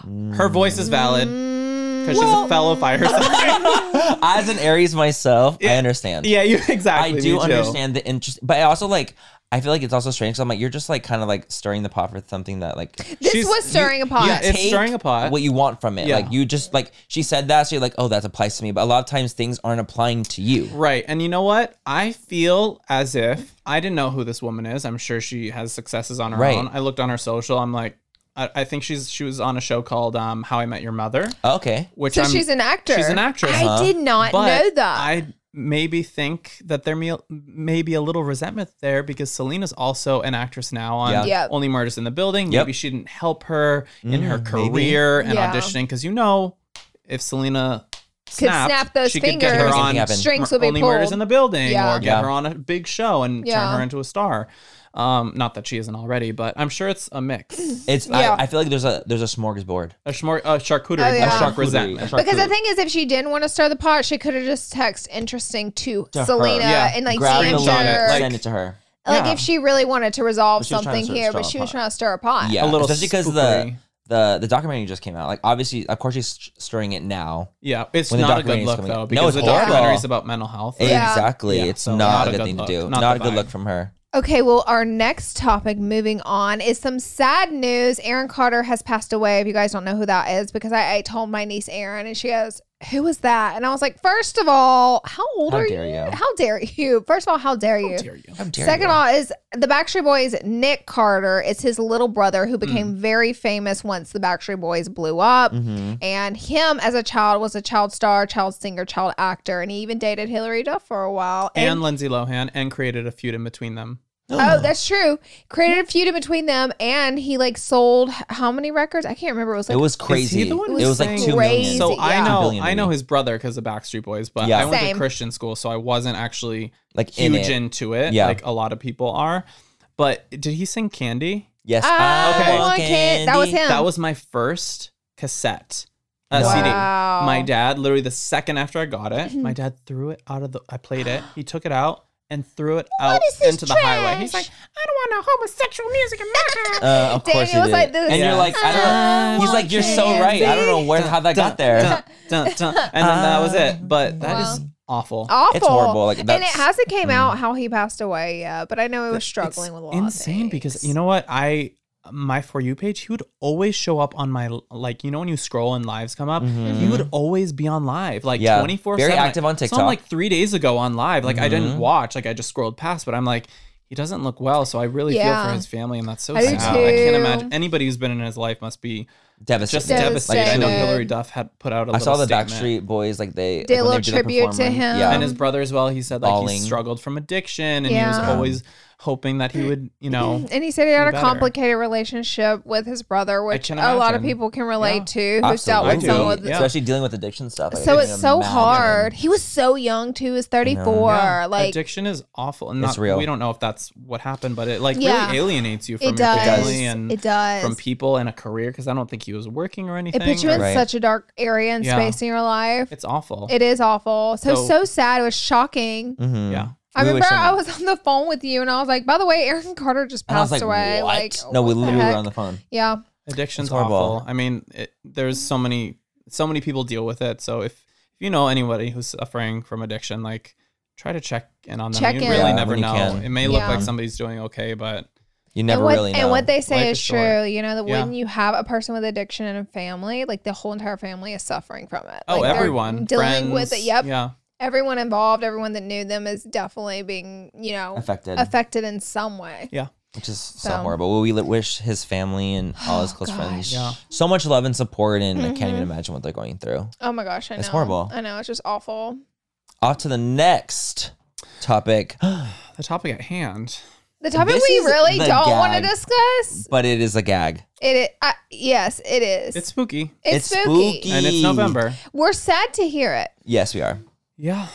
Mm.
Her voice is valid
Mm.
because she's a fellow fire sign.
As an Aries myself, I understand.
yeah, you exactly.
I
me
do
too.
understand the interest, but I also like. I feel like it's also strange. 'cause I'm like, you're just like kind of like stirring the pot for something that like
This
She's-
was stirring a pot.
yeah, it's
take
stirring a pot.
What you want from it,
Yeah.
like you just like she said that, so you're like, oh, that applies to me. But a lot of times things aren't applying to you.
Right. And you know what? I feel as if I didn't know who this woman is. I'm sure she has successes on her
Right.
own. I looked on her social. I'm like, I, I think she's she was on a show called um, How I Met Your Mother,
Okay,
which
so
I'm,
she's an actor.
She's an actress.
I did not
But
know that.
I maybe think that there may, may be a little resentment there because Selena's also an actress now on
Yeah.
Yep.
Only Murders in the Building.
Yep.
Maybe she didn't help her in her
Mm, maybe.
career and
Yeah.
auditioning because you know if Selena snapped,
snap those
she could get her
fingers,
on
Everything
strings will be
Only Murders
pulled.
in the Building
Yeah.
or get
Yeah.
her on a big show and
Yeah.
turn her into a star. Um, not that she isn't already, but I'm sure it's a mix.
it's
Yeah.
I, I feel like there's a there's a smorgasbord.
A, smor- a charcuterie
Oh,
board
yeah.
of
Charcuterie,
resentment.
a
because the
charcuterie.
thing is, if she didn't want to stir the pot, she could have just text interesting to,
To her.
Selena
Yeah.
and like
Grab the
DM'd
screams on
link,
it,
her.
like-
Like,
send it to her.
Yeah.
if she really wanted to resolve
She was trying
something
to
here,
stir
but
a
she was
pot.
trying to stir a pot.
Yeah,
A little
especially because the
spookery.
the the documentary just came out. Like obviously, of course, she's st- stirring it now.
Yeah, it's
When the
not a good
documentary's
look
coming out. No,
though because
it's
the documentary
horrible.
is about mental health.
Yeah.
Exactly,
Yeah,
it's
so
not, a good, thing
look.
to do. Not,
Not
a
the
good
vibe.
look from her.
Okay, well, our next topic moving on is some sad news. Aaron Carter has passed away. If you guys don't know who that is, because I, I told my niece Aaron and she goes, Who was that? And I was like, First of all, how old
How
are
dare you.
How dare you? First of all, how dare you?
How dare
Second
you.
of all, is the Backstreet Boys Nick Carter is his little brother who became
Mm.
very famous once the Backstreet Boys blew up.
Mm-hmm.
And him as a child was a child star, child singer, child actor, and he even dated Hillary Duff for a while.
and, Lindsay Lohan and created a feud in between them.
Oh, that's true. Created a feud in between them, and he like sold how many records? I can't remember. It was like
it was crazy.
the one
it
who's
was like
saying-
two million.
Crazy,
So I
yeah.
Two
know
billion,
I know
maybe.
his brother because of Backstreet Boys, but
Yeah.
I went
Same.
to Christian school, so I wasn't actually
Like, in
huge
it.
into it,
Yeah.
like a lot of people are. But did he sing Candy?
Yes.
Ah,
I
okay.
want
That was
candy.
him.
That was my first cassette. Uh,
No.
CD.
Wow.
My dad, literally the second after I got it, my dad threw it out of the. I played it. He took it out and threw it out into the highway. He's like,
I don't want no homosexual music in my house.
Uh, of
Daniel
course he
was
did.
like this.
And you're like, I
I
don't know. He's like, you're so right. I don't know where how that got there.
Dun, dun, dun. And then that was it. But that is awful.
awful.
It's horrible, like,
and it
that's-
hasn't came out how he passed away yet, but I know it was struggling
It's
with a lot.
insane
of things.
because you know what I my for you page, he would always show up on my like you know when you scroll and lives come up, he would always be on live like
Mm-hmm. Yeah.
twenty four.
Very active on
So
TikTok. Mm-hmm.
like three days ago on live, like I didn't watch, like I just scrolled past, but I'm like. He doesn't look well, so I really feel
Yeah.
for his family, and that's so
I do
sad. I can't
too.
imagine anybody who's been in his life must be
Devastated.
just devastated. I know
Devastated.
Hillary Duff had put out a
I saw
little
the
statement.
Backstreet Boys like they
Did a
like, when
little
they do the
tribute to
performance.
him.
Yeah.
and his brother as well. He said like
Bawling.
he struggled from addiction, and he was
Yeah.
always hoping that he would, you know,
And he said he had a
better.
complicated relationship with his brother, which
can
a lot of
imagine.
people can relate to who's dealt
Absolutely.
with
I do.
someone with
Yeah.
especially dealing with addiction stuff. Like, I
So
can
it's so
imagine.
hard. He was so young too. He was 34.
Yeah,
Like
addiction is awful and
It's
not
real.
we don't know if that's what happened but it like
Yeah.
really alienates you from
it
your
does.
family and
It does.
from people and a career because i don't think he was working or
it
anything
puts you in
or-
Right.
such a dark area and
Yeah.
space in your life.
it's awful
It is awful. So
So- Mm,
so, sad. It was shocking.
Mhm.
yeah
I
We wish
remember I
someone-
was on the phone with you and I was like, by the way, Aaron Carter just
And I was like,
passed away.
what?
Like
no, we
what the
literally
heck?
were on the phone.
Yeah.
addiction's
It's horrible.
awful i mean it, there's so many so many people deal with it so if if you know anybody who's suffering from addiction like try to check in on them
Check
you
in.
really
Yeah,
never
when you
know
can.
it may look
Yeah.
like somebody's doing okay but
You never
and what,
really know.
And what they
Life
say
is
is true.
short.
You know, that
Yeah.
when you have a person with addiction in a family, like the whole entire family is suffering from it.
oh
Like, they're
everyone
dealing
friends,
with it. Yep.
yeah
Everyone involved, everyone that knew them is definitely being, you know,
affected,
affected in some way.
yeah
which is so,
So.
horrible. Well, we li- wish his family and all his
Oh, Mm-hmm.
close
gosh.
friends
Yeah.
so much love and support, and I can't even imagine what they're going through.
Oh my gosh, I know.
It's horrible.
I know. It's just awful.
Off to the next topic,
the topic at hand
The topic
This
we
is
really
the
don't want to
gag.
discuss.
but it is a gag.
It is, I yes, it is.
it's spooky
It's,
it's
spooky.
spooky.
and it's november
We're sad to hear it.
Yes, we are.
yeah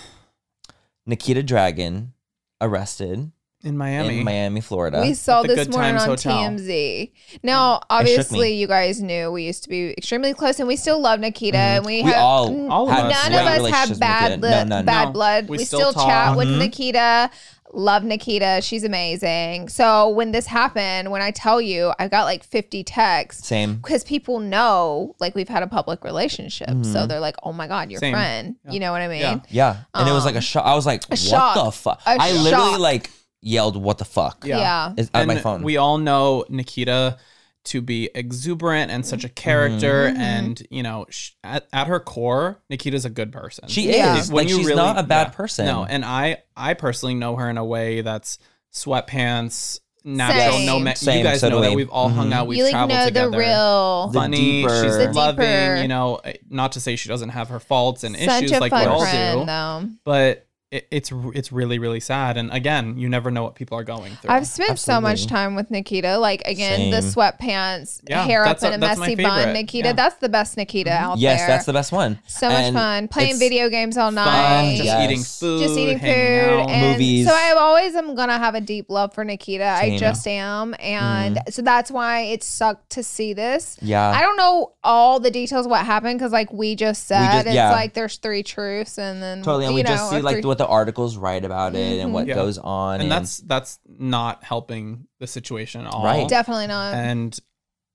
Nikita Dragon arrested
in miami
in Miami, Florida.
We saw
At the
this
Good
morning
Times
on
Hotel.
TMZ. Now, obviously, you guys knew we used to be extremely close, and we still love Nikita. And we,
Mm-hmm. We
have,
all-
n-
all of
none
us
of
great
us
relationships with
have bad
Nikita.
li-
No, none.
bad
No.
blood.
We
We,
still
still,
talk.
chat with
Mhm.
Nikita. Love Nikita. She's amazing. So when this happened, when I tell you, I got like 50 texts
Same.
because people know like we've had a public relationship,
Mm-hmm.
so they're like, "Oh my God, your
Same.
friend." You know what I mean?
Yeah.
Yeah, and it was like a
Um,
shock. I was like, "What
shock.
the fuck?"
A
I literally
shock.
like yelled, "What the fuck?"
Yeah.
Yeah.
It's on my
And
phone.
We all know Nikita to be exuberant and such a character,
Mm-hmm.
and you know, sh- at, at her core, Nikita's a good person.
She
Yeah.
is like she's not a bad
yeah.
person.
No, and I, I personally know her in a way that's sweatpants, natural.
Same. Mm-hmm.
No, ma- you
Same,
guys
so do
know that
we.
we've all hung
Mhm.
out. We've
you like
traveled
know
together.
the real.
The
Funny,
deeper-
she's
The
loving.
deeper.
You know, eh, not to say she doesn't have her faults and
Such
issues
a
like we
fun
all
friend,
do,
though.
but it, it's r- it's really really sad. And again, you never know what people are going through.
I've spent so much
Absolutely.
time with Nikita. Like again, the
Same.
sweatpants,
Yeah,
hair up
that's a-
in a
that's my
messy bun.
favorite.
Nikita,
Yeah.
that's the best Nikita out
Mm-hmm. yes,
there.
that's the best one.
so much
And
fun. Playing
it's
video games all
Fun,
night.
just
Yes.
eating food,
Just eating food
hanging out.
and
Movies.
so I always am gonna have a deep love for Nikita.
Same. Mm-hmm.
I just am, and so that's why it sucked to see this.
Yeah,
I don't know all the details of what happened because like we just said,
just-
it's
yeah.
like there's three truths, and then
totally. And
you
we
know,
just see
or
like
three- Mm-hmm.
what the articles write about it and what
Mhm. Yeah.
goes on,
and that's that's not helping the situation at all.
Right.
definitely
Um,
not.
And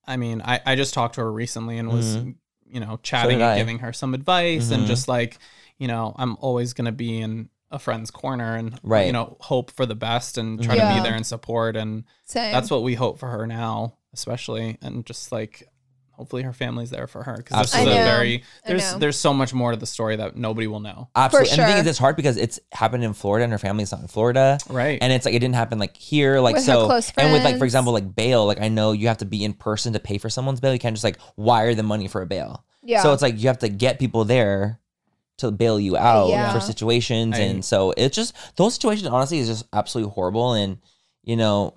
I mean, I I just talked to her recently and was you know
Mm-hmm.
chatting
did I.
and giving her some advice
Mhm.
and just like you know I'm always gonna be in a friend's corner and
Right. Mm-hmm.
you know hope for the best and try to
Yeah.
be there and support and
Same.
that's what we hope for her now especially and just like hopefully her family's there for her because this is a
Absolutely. I
know.
very
I
there's
know.
there's so much more to the story that nobody will know
absolutely. And the thing
sure.
is, it's hard because it's happened in Florida, and her family's not in Florida.
right
And it's like it didn't happen like here, like
With her
so,
close
and with like for
friends.
example, like bail. Like I know you have to be in person to pay for someone's bail. You can't just like wire the money for a bail.
yeah.
So it's like you have to get people there to bail you out
Yeah.
for situations.
I-
and so it's just those situations honestly is just absolutely horrible. And you know,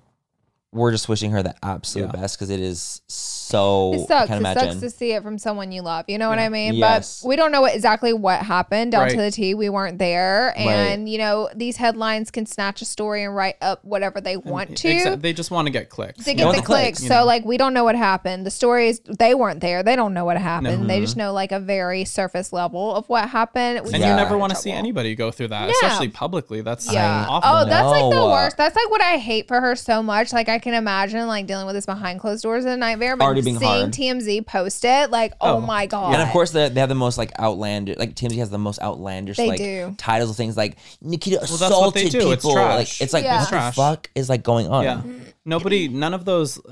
we're just wishing her the absolute
Yeah.
best because it is so
It
I
sucks.
can
It
imagine.
sucks to see it from someone you love. You know what
Yeah.
I mean?
Yes.
But we don't know what, exactly what happened down to
Right.
the T. We weren't there. And, you know, these headlines can snatch a story and write up whatever they want to.
Exa- e, they just want to get clicks
to
you
get
know?
want
the
the clicks,
clicks.
you
so,
know.
like, we don't know what happened. The story is they weren't there. They don't know what happened. They just know, like, a very surface level of what happened. We
Mm-hmm.
just
And
Yeah.
you
got
never
in
want to see
trouble.
anybody go through that,
No.
especially publicly. That's
Yeah.
awful.
oh, that's like the
No.
worst. That's like what I hate for her so much. Like I can imagine like dealing with this behind closed doors in a nightmare. But
Already being
seeing
hard.
TMZ post it, like, oh,
Oh.
my god.
and of course, they, they have the most like outlandish, like TMZ has the most outlandish
They
like
do.
titles of things like Nikita
that's what they
assaulted
do. It's
people.
trash.
Like it's like
Yeah.
what the
Trash.
fuck is like going on?
yeah. Nobody, none of those, uh,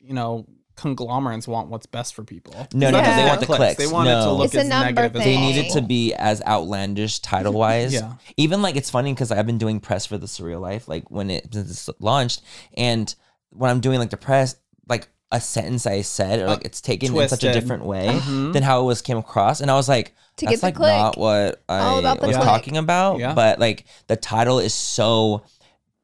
you you know conglomerates want what's best for people.
No,
It's
no,
not
no,
just
they
about
want the clicks.
They want it to
No.
look
It's a
as
number
negative as
They
thing.
need
possible.
it to be as outlandish title wise.
Yeah.
Even like it's funny because I've been doing press for the Surreal Life, like when it since it's launched, and when I'm doing like the press, like a sentence I said or like it's taken in such a
Uh, twisted.
different way
Mhm.
than how it was came across, and I was like,
To
that's
get the
like
click.
not what I
All about the
was
click.
talking about.
Yeah.
But like the title is so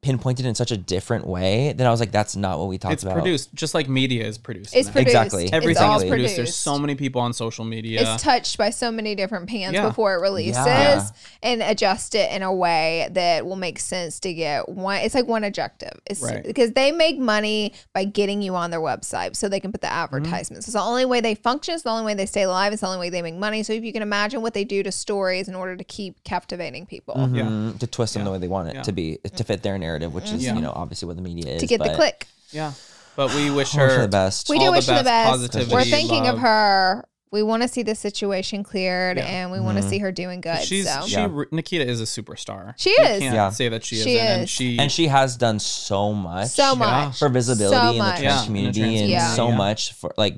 pinpointed in such a different way that I was like, that's not what we talked
It's
about.
produced just like media is produced.
It's
now.
produced.
Exactly.
It's
Everything
all
is
Exactly.
produced. There's so many people on social media.
It's touched by so many different pans
Yeah.
before it releases
Yeah.
and adjust it in a way that will make sense to get one. It's like one objective. It's
Right.
because they make money by getting you on their website so they can put the
Mm-hmm.
advertisements. It's the only way they function. It's the only way they stay alive. It's the only way they make money. So if you can imagine what they do to stories in order to keep captivating people.
Yeah.
Mhm, to twist them the way they want it
Yeah.
to be to fit their narrative, which is
Yeah.
you know obviously what the media is
To get the
but-
click,
yeah. But we wish
I wish her
her
the best.
we
all
do
the
wish her the
best,
best.
positivity,
We're thinking of
love.
her. We want to see this situation cleared,
Yeah.
and we want to see her doing good.
She's
so
she
Yeah.
re- Nikita is a superstar.
She
You
is.
Can't
Yeah.
say that she,
She
isn't.
is.
And she
and she has done so much
so much.
for visibility
so
in the
much.
trans
Yeah, in the
community
trans
and
community,
so
yeah.
much for like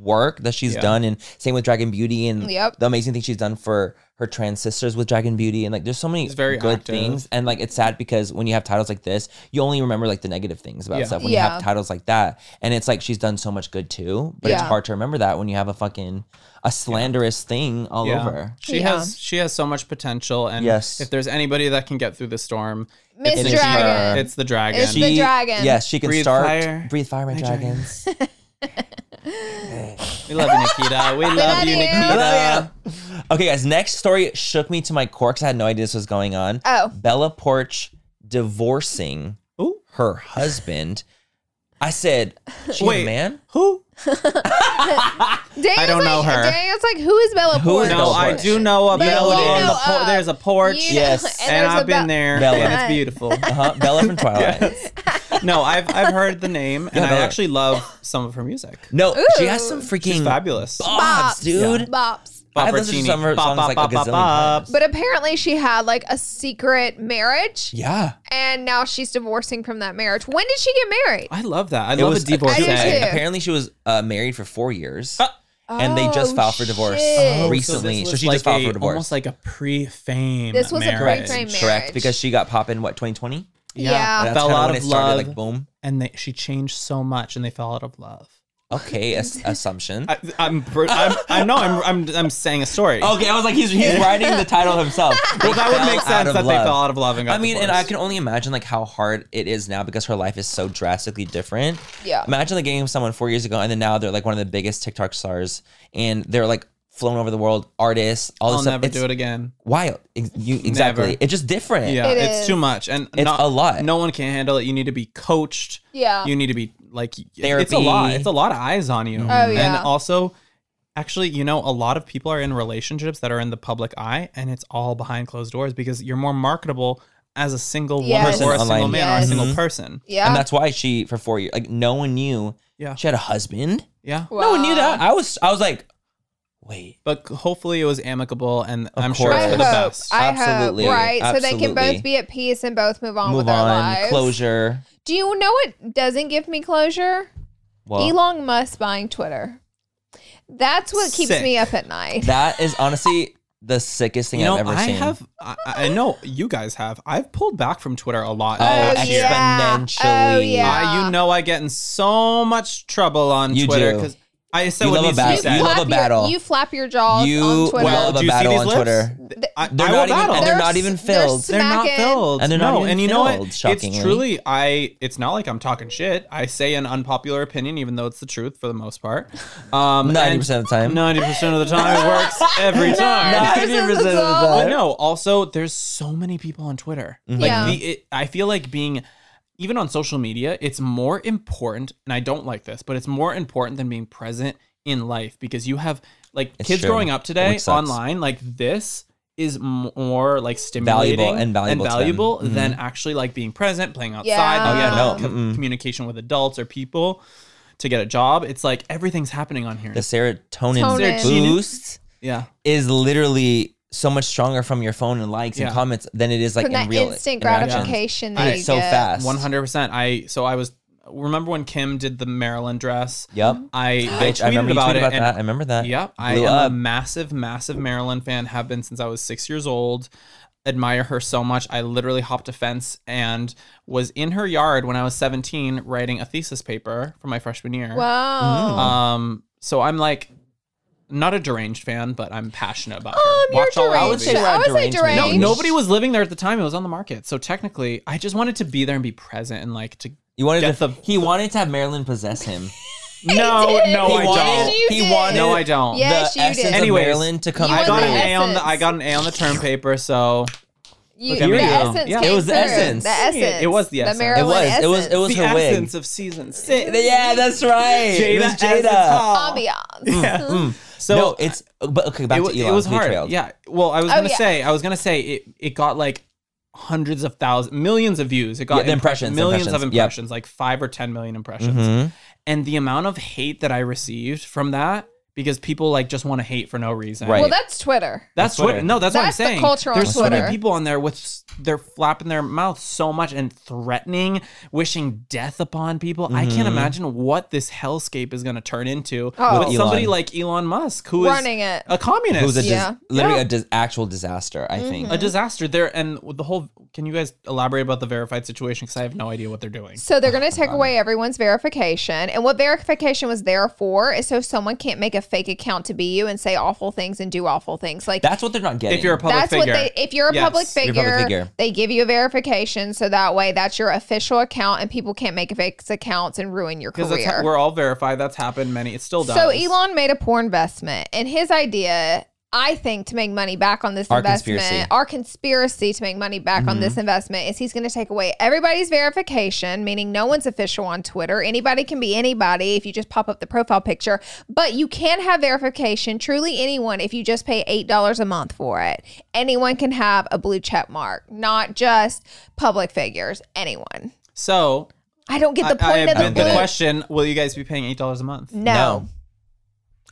work that she's
Yeah.
done and same with Dragon Beauty and
Yep.
the amazing thing she's done for her trans sisters with Dragon Beauty and like there's so many
She's very
good
active.
things and like it's sad because when you have titles like this you only remember like the negative things about
Yeah.
stuff when you
Yeah.
have titles like that and it's like she's done so much good too but it's
Yeah.
hard to remember that when you have a fucking a slanderous thing all
Yeah.
over
She
Yeah.
has she has so much potential, and
Yes.
if there's anybody that can get through the storm,
Miss
it's
It is
Dragon.
her.
It's the dragon.
It's the dragon.
yes she can
Breathe
start
fire,
breathe fire my,
my
dragons,
we love you, Nikita. We love
love
you,
you.
Nikita.
Okay, guys, next story shook me to my core because I had no idea this was going on.
Oh.
Bella Porch divorcing
Ooh.
her husband. I said, she Wait,
Wait.
a man?
Who?
Daniel's
I don't
like,
know her.
Daniel's like, who is Bella
Who is
Porch?
No,
Bella
I
Porch.
do know a
But you
building.
know
The por-
of-
there's a porch.
You-
Yes.
and
And
there's
I've
a
been
Be-
there,
Bella.
and it's beautiful.
Uh-huh, Bella from Twilight.
no, I've I've heard the name, and I
Bella.
actually love some of her music.
No, she has some
She's
freaking
fabulous.
bobs, dude.
Bops.
I've listened to
Boppercini.
some of her
Bop,
songs
bop,
like
bop,
a
bop,
gazillion
bop.
times.
But apparently she had like a secret marriage
Yeah.
and now she's divorcing from that marriage. When did she get married?
I love that. I love a divorce.
I do
day.
too.
Apparently, she was uh, married for four years.
Ah.
and they just
Oh,
filed for divorce
shit.
recently. So,
this was
she
like
just filed
a-
for divorce.
Almost like a pre-fame.
This was a
marriage.
pre-fame marriage.
Correct, because she got popped in what 2020.
Yeah.
That's
fell
kinda
out
when
of
it started,
love,
like boom.
and they, she changed so much, and they fell out of love.
Okay, ass- assumption.
I, I'm, br- I'm, I know, I'm, I'm, I'm saying a story.
Okay, I was like, he's he's writing the title himself.
well, that would make sense that they fell out of love and got
I mean, and I
divorced.
can only imagine like how hard it is now because her life is so drastically different.
Yeah.
Imagine like getting someone four years ago, and then now they're like one of the biggest TikTok stars, and they're like flown over the world, artists, all this
I'll
stuff.
never
it's
do it again.
wild. Ex- you- exactly.
Never.
It's just different.
Yeah,
It
it's
is.
too much, and
It's
not,
a lot.
No one can handle it. You need to be coached.
Yeah.
you need to be like y- It's
Therapy.
a lot. It's a lot of eyes on you.
Oh, yeah.
and also. Actually, you know, a lot of people are in relationships that are in the public eye, and it's all behind closed doors because you're more marketable as a single
Yes.
woman or a single
Online. Mm-hmm.
man or a
Yes.
single person.
yeah.
And that's why she for four years, like no one knew
Yeah.
she had a husband.
Yeah.
No one knew that. I was I was like, wait.
But hopefully it was amicable and I'm sure
course.
it's
I
for the
hope.
best.
I
Absolutely.
hope. Right. So they can
Absolutely.
both be at peace and both move on
Move
with their
on.
lives.
Closure.
Do you know what doesn't give me closure?
Well,
Elon Musk buying Twitter. That's what keeps
Sick.
me up at night.
that is honestly the sickest thing
You know,
I've ever
I
seen.
have I, I know you guys have. I've pulled back from Twitter a lot.
Oh,
last year.
yeah.
exponentially.
Oh, yeah.
I, Ah, you know I get in so much trouble on
You
Twitter
do.
because I said
You
what
love a
needs
battle.
to be
You
said.
love a
flap
battle.
Your, you flap your jaws
You
on Twitter.
love a
do you see
battle
these
on
lips?
Twitter.
I,
They're
I will
not
battle.
even, and they're not
They're
even
s- they're
filled.
s-
They're not
smacking.
filled.
And they're not
no,
even
and you know
filled,
what?
shockingly.
It's truly I it's not like I'm talking shit. I say an unpopular opinion even though it's the truth for the most part. Um
90%
and
of the time.
90% of the time it works every time.
90% of the
I
time.
know. Also, there's so many people on Twitter.
Mm-hmm.
Like
Yeah.
the, it, I feel like being even on social media, it's more important, and I don't like this, but it's more important than being present in life because you have like
It's
kids
true.
growing up today
Which sucks.
online. Like this is m- more like stimulating
and valuable to them.
valuable
Mhm.
than actually like being present, playing outside,
Yeah.
Oh, yeah, no.
com-
Mm-mm.
communication with adults or people to get a job. It's like everything's happening on here.
The serotonin,
Serotonin.
boost
yeah.
is literally so much stronger from your phone and likes
Yeah.
and comments than it is like
from
in
that
real
instant
interactions.
gratification
And
that you
it's so
get.
fast.
One hundred percent. I so I was remember when Kim did the Maryland dress?
Yep.
Mm-hmm.
I, I
Bitch,
tweeted
I remember you
about
tweeted
it.
about
and
that. I remember that.
Yep. I
Uh, Blew
am
up.
a massive, massive Maryland fan, have been since I was six years old. Admire her so much. I literally hopped a fence and was in her yard when I was 17 writing a thesis paper for my freshman year.
Mm.
Wow.
Um, so I'm like not a deranged fan, but I'm passionate about
Um,
her.
you're
Watch all
I
our
would
deranged.
say
movies.
we're
I
at
would say
deranged maybe.
No,
deranged.
nobody was living there at the time. It was on the market. So technically, I just wanted to be there and be present and like to
You wanted
Get
to,
the-
he wanted to have Marilyn possess him.
No, no,
he
I
wanted,
don't.
You
he
did.
wanted
No, I don't.
Yeah. Yes,
the
you did.
essence of
Anyways,
Marilyn to come
you
I
wanted
got
through.
an
the
A on the
essence.
I got an A on the term paper, so
You,
Look at
the
me.
essence
Yeah.
came
It was the
through.
essence.
The essence.
It was the essence.
The
It
It
Maryland
was,
essence.
it was, it was
the
her
essence
wig.
of season six.
Yeah, that's right. it was
Jada. as it's
Jada.
called.
ambiance.
Mm.
Yeah. So
no, it's but okay. Back
it,
to
wa-
Elon.
it was
we
hard.
trailed.
Yeah. Well, I was
Oh,
gonna
yeah.
say, I was gonna say it. It got like hundreds of thousands, millions of views. It got
Yeah, the
impre-
impressions,
millions
impressions.
of
Yep.
impressions, like five or ten million impressions.
Mhm.
And the amount of hate that I received from that, because people like just want to hate for no reason.
Right.
Well, that's Twitter.
That's
That's, Twitter.
Twitter.
No, that's, what I'm
That's the
saying.
culture on
There's so
Twitter.
many people on there with s- they're flapping their mouth so much and threatening, wishing death upon people. I
Mm-hmm.
can't imagine what this hellscape is going to turn into
Oh.
with
With
somebody
Elon.
like Elon Musk, who is
Running it.
a communist,
It was a dis-
Yeah. Mm-hmm.
literally
Yeah.
a dis- actual disaster. I think.
a disaster there. And the whole, can you guys elaborate about the verified situation? Because I have no idea what they're doing.
So they're going to take away everyone's verification. And what verification was there for is so someone can't make a fake account to be you and say awful things and do awful things. Like
That's what they're not getting.
If you're a public
that's
figure,
what they if you're a
Yes.
public
You're
a
figure,
public figure.
they give you a verification so that way that's your official account and people can't make fake accounts and ruin your
because
career.
we're all verified. That's happened many. It still does.
So Elon made a poor investment, and his idea, I think, to make money back on this
Our
investment,
conspiracy.
our conspiracy to make money back on this investment, is he's going to take away everybody's verification, meaning no one's official on Twitter. Anybody can be anybody if you just pop up the profile picture, but you can have verification, truly anyone, if you just pay eight dollars a month for it. Anyone can have a blue check mark, not just public figures. Anyone.
So
I don't get the
I, I
point
have
of
been
the
the
blue.
question: Will you guys be paying eight dollars a month?
No.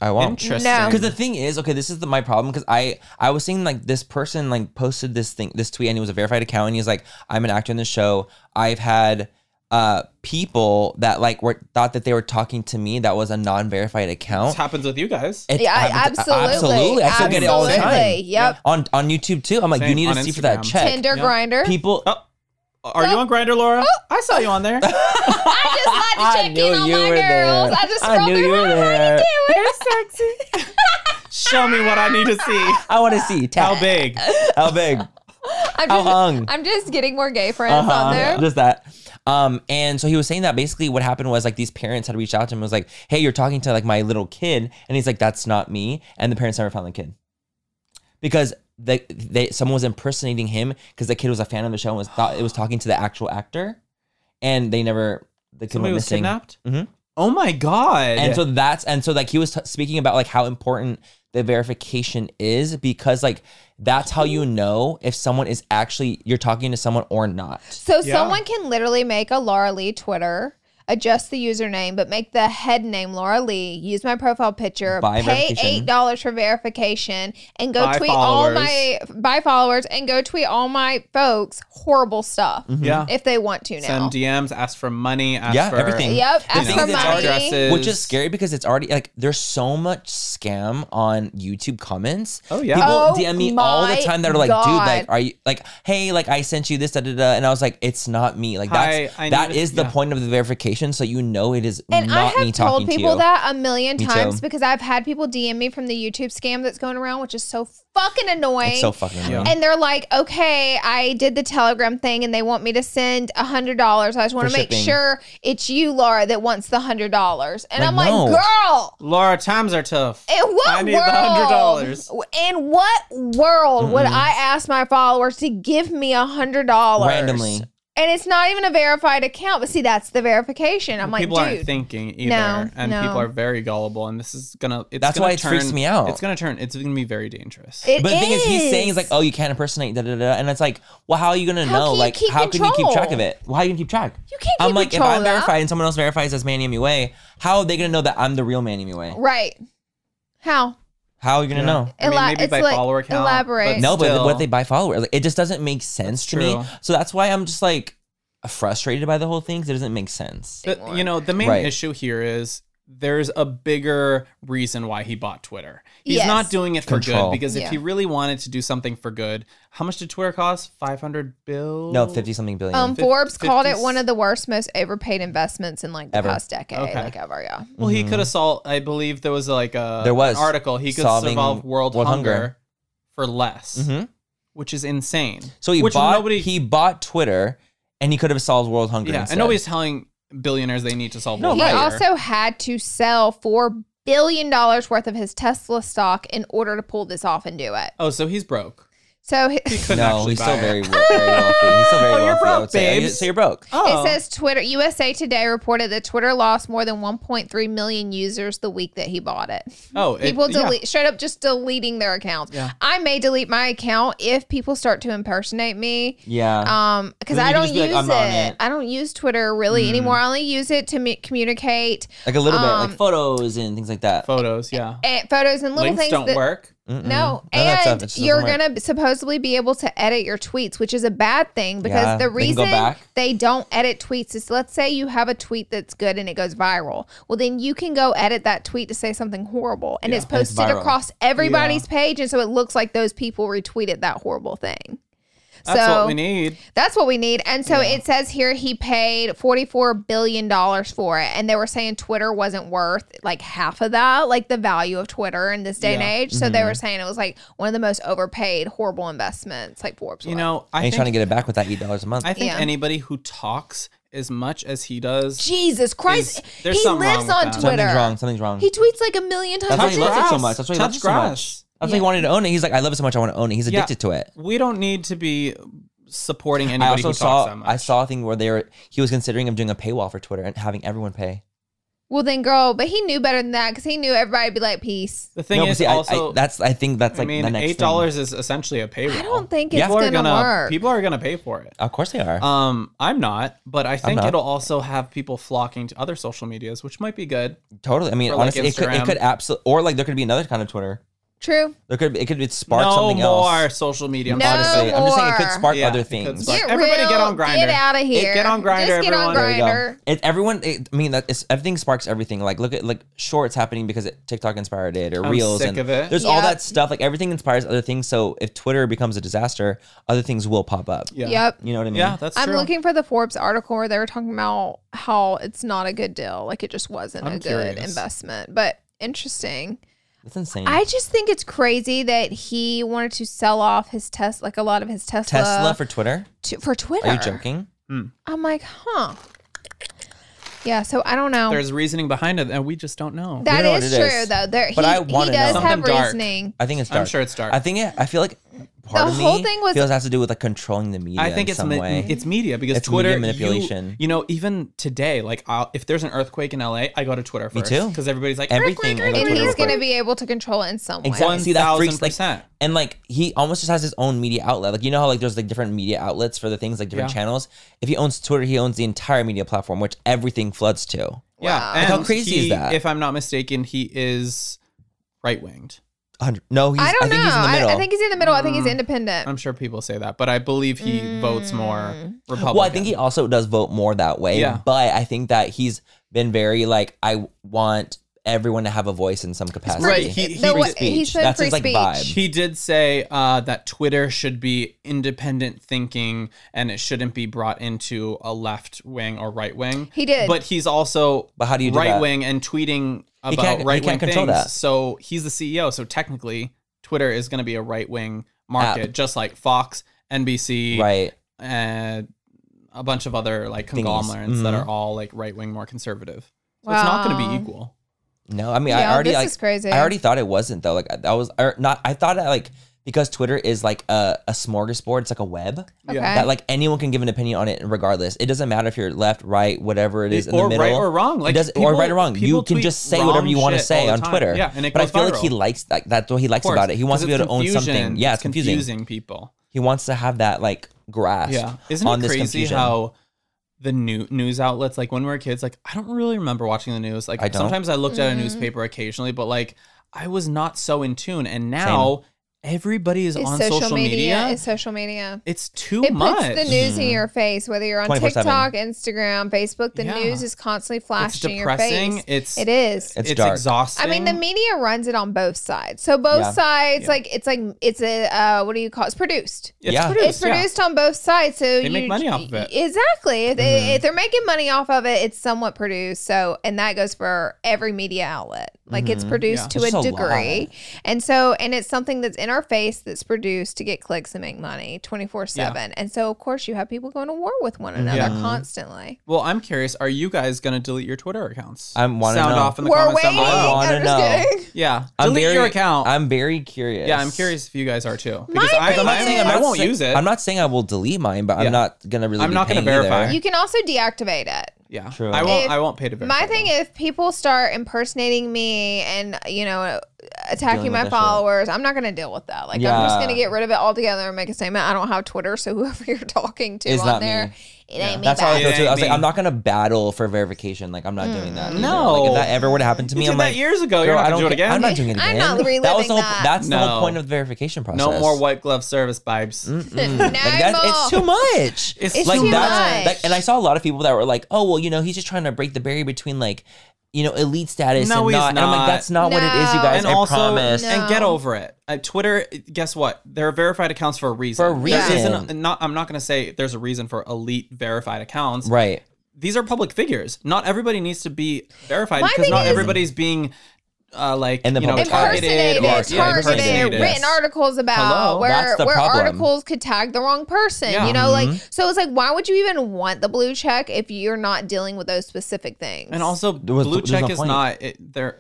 I won't.
Interesting.
No.
Because the thing is, okay, this is the, my problem. Because I, I was seeing like this person like posted this thing, this tweet, and it was a verified account, and he was like, "I'm an actor in the show. I've had uh people that like were thought that they were talking to me that was a non-verified
This
account.
happens with you guys.
It
Yeah, I-
happens-
absolutely.
absolutely. I still get it all the
Absolutely.
time.
Yep.
On on YouTube too. I'm like,
Same,
you need
on
to see for that
Instagram.
check.
Tinder
Yeah.
grinder.
People,
Are you on Grinder, Laura?
Oh.
I saw you on there.
I just had to
I
check
knew
in on
you
my
were
girls.
there.
I just
I
scrolled
knew
through.
you were
I'm like,
there.
"You doing?
Show me what I need to see.
I
Oh.
want to see tap.
How big?
How big?
I'm
How
just,
hung?
I'm just getting more gay friends on
Uh-huh.
there.
Just that. Um, and so he was saying that basically what happened was like these parents had reached out to him and was like, Hey, you're talking to like my little kid. And he's like, That's not me. And the parents never found the kid. Because they, they someone was impersonating him because the kid was a fan of the show and was thought it was talking to the actual actor. And they never the kid
Somebody
went
was
missing.
kidnapped.
Mhm.
Oh my god!
And so that's and so like he was t- speaking about like how important the verification is because like that's how you know if someone is actually you're talking to someone or not.
So
Yeah.
someone can literally make a Laura Lee Twitter, adjust the username, but make the head name Laura Lee, use my profile picture,
Buy
pay
verification.
eight dollars for verification, and go
Buy
tweet all
followers.
my buy followers and go tweet all my folks horrible stuff
Mm-hmm.
yeah,
if they want to now.
send DMs, ask for money, ask
Yeah,
for
everything.
Yep,
The
ask
thing
for
is it's already-
money.
addresses.
Which is scary because it's already like there's so much scam on YouTube comments.
Oh, yeah.
people
Oh,
DM me all the
my
time that are like, dude,
God.
like, are you like, hey, like I sent you this, da da da, and I was like, it's not me. Like that's
Hi, I
that
need to-
is the
yeah.
point of the verification, so you know it is
And I
not me talking
have told people
to you.
that a million
Me
times
too.
because I've had people DM me from the YouTube scam that's going around, which is so fucking annoying.
It's so fucking annoying.
and they're like, okay, I did the Telegram thing and they want me to send a $100. I just want
For
to make
shipping.
sure it's you, Laura, that wants the $100. And
Like,
I'm
no.
like, girl,
Laura, times are tough.
in what
I need the
world?
$100.
In what world would I ask my followers to give me a $100?
Randomly.
And it's not even a verified account. But see, that's the verification. I'm
people
like,
aren't
dude.
thinking either,
No,
and
no.
people are very gullible. And this is gonna. It's
That's
gonna
why it
turn,
freaks me out.
It's gonna turn. It's gonna be very dangerous.
It
But the thing is, he's saying
is.
is like, oh, you can't impersonate, da da da, and it's like, well, how are you gonna
How
know?
can you
Like,
keep
how can you keep track
control?
of it? Well, how you gonna keep track?
You can't
I'm
keep
like, if
control
I
of that.
verify and someone else verifies as Manny Way, how are they gonna know that I'm the real Manny Way?
Right. How?
How are you gonna know?
I mean,
Eli-
maybe
it's
by
like-
follower count.
elaborate.
No, but
still.
what they buy followers, like, it just doesn't make sense
That's
to me.
true.
So that's why I'm just like, frustrated by the whole thing because it doesn't make sense.
But, you know, the main
Right.
issue here is there's a bigger reason why he bought Twitter. He's
Yes.
not doing it for
Control.
good because if
Yeah.
he really wanted to do something for good, how much did Twitter cost? 500 bill?
No, fifty something billion.
Um,
Fif-
Forbes called it
50
one of the worst, most overpaid investments in like the
Ever.
past decade,
Okay.
like ever. Yeah.
Well, he could have solved. I believe there was like a
Mm-hmm. There was.
an article he could
Solving
solve world,
world
hunger,
hunger.
for less,
Mhm.
which is insane.
So he
which
bought
nobody-
he bought Twitter, and he could have solved world hunger.
yeah,
instead.
and nobody's telling billionaires they need to solve
No,
world
he
right.
hunger.
also had to sell four billion dollars worth of his Tesla stock in order to pull this off and do it.
oh, so he's broke.
So
He
it
couldn't
no,
actually
he's
buy
still
it.
very, wo- very wealthy. He's still very
Oh,
wealthy.
you're
I
broke,
would say. Are you-
babes.
So you're broke.
Oh.
says Twitter USA Today reported that Twitter lost more than 1.3 million users the week that he bought it.
Oh, it-
people
yeah.
delete straight up just deleting their accounts.
Yeah.
I may delete my account if people start to impersonate me.
Yeah.
Um, because
Then
I
you can
don't
just be like,
use
"I'm
it.
not on it." Hmm.
I don't use Twitter really anymore. I only use it to me- communicate
like a little bit,
um,
like photos and things like that.
Photos, yeah.
and eh, photos and little
Links
things
don't
that
work.
Mm-mm.
No,
None of that stuff. It
and
just doesn't
you're
work.
gonna b- supposedly be able to edit your tweets, which is a bad thing because
Yeah,
the
they can go
reason they,
back.
don't edit tweets is let's say you have a tweet that's good and it goes viral. Well, then you can go edit that tweet to say something horrible, and it's
And it's
posted
viral.
across everybody's page, and so it looks like those people retweeted that horrible thing.
That's
so
what we need.
that's what we need. And so it says here he paid $44 billion for it. And they were saying Twitter wasn't worth like half of that, like the value of Twitter in this day and
Yeah. Mm-hmm.
age. So they were saying it was like one of the most overpaid, horrible investments, like Forbes.
You
was.
know, I
I ain't
think,
trying to get it back with that eight dollars a month.
I think
Yeah.
anybody who talks as much as he does,
Jesus Christ.
Is- there's
he
something
lives
wrong
on
with that.
something's
Twitter.
wrong. Something's wrong.
He tweets like a million times.
That's why he
a
loves it so
grass.
much. That's why he
Touch
loves it so much.
grass.
That's why he wanted to own it. He's like, I love it so much. I want to own it. He's
Yeah.
addicted to it.
we don't need to be supporting anybody
I also
who
saw
talks that much.
I saw a thing where they were he was considering of doing a paywall for Twitter and having everyone pay.
Well, then, girl, but he knew better than that because he knew everybody would be like, peace.
The thing
no, but
is
see, I- I-
also
that's I think that's
I
like the
mean,
next
eight dollars is essentially a paywall.
I don't think
Yeah.
it's
people
going
are
to
gonna
work.
people are gonna pay for it.
Thing. Of course they are.
Um, I'm not, but I think
not.
it'll also have people flocking to other social medias, which might be good.
totally. I mean,
or, like,
honestly, it could it
Instagram.
could absolutely or like there could be another kind of Twitter.
True.
There could it could spark
no
something
more
else.
social media.
No
honestly, I'm just saying it could
more.
spark
Yeah,
other
it could
things.
spark-
Get
everybody
real,
get on Grindr.
Get out of here.
get on Grindr,
Just get on
everyone.
There you go.
Grinder.
It, everyone, it, I mean, that is, everything sparks everything. Like, look at like shorts happening because it, TikTok inspired it, or
I'm
reels,
sick
and
of it.
there's all
Yep.
that stuff. Like, everything inspires other things. So if Twitter becomes a disaster, other things will pop up.
Yeah.
Yep.
You know what I mean?
Yeah, that's
I'm
true.
looking for the Forbes article where they were talking about how it's not a good deal. Like it just wasn't a
I'm
good
curious.
investment, but interesting.
that's insane.
I just think it's crazy that he wanted to sell off his test, like a lot of his Tesla,
Tesla for Twitter?
to, for Twitter.
Are you joking?
I'm like, huh. Yeah. So I don't know.
There's reasoning behind it, and we just don't know.
That
know what
is
it
true
is.
though. There,
But
he,
I
he
wanna
does
know.
have
Something dark.
reasoning.
I think it's
I'm
dark.
sure it's dark.
I think it. I feel like part
The
of
whole
me
thing was-
feels it has to do with like controlling the media.
I think
in
it's
some
me-
way.
it's media because
It's
Twitter
media manipulation.
You, you know, even today, like I'll, if there's an earthquake in LA, I go to Twitter
Me
first
too.
because everybody's like
everything. I go
And
Twitter
he's
for.
going to be able to control it in some way.
Exactly. See, that freaks like,
1000%.
and like he almost just has his own media outlet. Like you know how like there's like different media outlets for the things like different
Yeah.
channels. If he owns Twitter, he owns the entire media platform, which everything floods to.
Yeah.
Wow.
And
Like, how crazy is
he-
that?
If I'm not mistaken, he is right winged.
100 No, he's,
I
I,
don't know.
think he's in the
I,
middle. Hmm.
I think he's in the middle. I think he's independent.
I'm sure people say that, but I believe he votes
Mm.
more Republican.
well, I think he also does vote more that way.
Yeah.
But I think that he's been very like I want everyone to have a voice in some capacity.
Right, he- he
The
free
wa-
speech.
He said
That's
free
his, like,
speech.
vibe.
He did say uh, that Twitter should be independent thinking and it shouldn't be brought into a left wing or right wing.
He did.
but he's also
But how do you do that?
right wing and tweeting
He can't-
about
he
right wing
can't control
things.
that.
So he's the CEO. So technically, Twitter is going to be a right wing market,
App.
just like Fox, NBC,
right.
and a bunch of other like
Thingies.
conglomerates that
Mm-hmm.
are all like right wing, more conservative. So it's not going to
Wow.
be equal.
No, I mean
Yeah,
I already
this
like
is crazy.
I already thought it wasn't though. Like I- that was or not. I thought that like because Twitter is like a, a smorgasbord. It's like a web
Okay.
that like anyone can give an opinion on it, regardless. It doesn't matter if you're left, right, whatever it is in the
Or
middle,
right or wrong. Like,
it doesn't, or
people-
right or wrong. You
people
can
tweet
just say whatever
wrong
you want to
shit
say
all
on
the time.
Twitter.
Yeah, and it
but I
goes
feel like he
viral.
likes like that's what he likes
Of course,
about it. He wants to be
because
able to own
it's
something.
confusion.
Yeah,
it's
it's confusing.
confusing people.
He wants to have that like grasp.
Yeah, isn't
on
it
this
crazy
confusion.
how the new news outlets, like when we were kids, like I don't really remember watching the news. Like
I don't.
Mm.
sometimes I looked at a newspaper occasionally, but like I was not so in tune. And now everybody is
It's
on social media.
It's social media.
it's too
It
much. Mm.
puts the news in your face, whether you're on
24/7.
TikTok, Instagram, Facebook. The
Yeah.
news is constantly
it's
flashed in your
depressing.
face.
It's
It is.
It's
it's,
dark.
exhausting.
I mean, the media runs it on both sides. So both
Yeah.
sides,
Yeah.
like it's like it's a uh, what do you call? It? It's produced.
It's
Yeah.
produced,
It's produced on both sides, so
They make money off of it. Mm-hmm.
Exactly. If, they, if they're making money off of it, it's somewhat produced. So, and that goes for every media outlet. Like it's
Mm-hmm.
produced
Yeah.
to
It's
a
just a
degree,
lot.
and so, and it's something that's in our face that's produced to get clicks and make money twenty four seven. And so, of course, you have people going to war with one another
Mm-hmm. Yeah.
constantly.
Well, I'm curious. Are you guys gonna delete your Twitter accounts?
I wanna
sound
know.
off in the
We're
comments down
waiting.
I
below.
wanna
I'm just
know.
kidding.
Yeah,
I'm
delete
very,
your account.
I'm very curious.
yeah, I'm curious if you guys are too.
My
Because I,
thing
I'm not
is-
saying I'm
not
I won't
saying-
use it.
I'm not saying I will delete mine, but
Yeah.
I'm not gonna really.
I'm
be
not gonna
paying
verify.
either.
You can also deactivate it.
Yeah,
True.
I won't.
If-
I won't pay to verify.
My thing, if people start impersonating me and you know attacking
Dealing with that
my
shit.
followers, I'm not going to deal with that. Like I'm just
Yeah.
going to get rid of it altogether and make a statement. I don't have Twitter, so whoever you're talking to
It's
on
not
there,
me.
it ain't me.
That's how I
It
feel too. I
ain't
was like,
me.
I'm not gonna battle for verification. Like, I'm not doing that. either.
Mm. No.
like, if that ever would happen to
You
me,
did
I'm
that
like
years ago. You're
"Girl,
not
I
gonna do
don't
it
ca-
again."
I'm not doing it
I'm
again.
not
That was
reliving
the whole.
that.
That's the
No.
whole point of the verification process.
No more white glove service vibes.
Mm-mm. Like, that- It's
more.
too much.
It's
like
too
that's-
much.
that- and I saw a lot of people that were like, "Oh, well, you know, he's just trying to break the barrier between like, you know, elite status
No,
and
he's
not." And I'm
not.
like, "That's not what it is, you
No.
guys.
and
I
also,
promise."
No.
and get over it. Uh, Twitter, guess what? There are verified accounts for a reason.
For a
There
reason.
isn't a- not, I'm not going to say there's a reason for elite verified accounts.
Right.
These are public figures. Not everybody needs to be verified
My
because
thing
not
is-
everybody's being uh, like
In the
you know,
public eye.
targeted
Impersonated,
or
targeted,
yeah,
targeted,
impersonated.
written articles about
Hello?
where
That's the
where
problem.
articles could tag the wrong person.
Yeah.
You know, like so it's like why would you even want the blue check if you're not dealing with those specific things?
And also,
was-
blue
there's no
check is
point.
not it, there.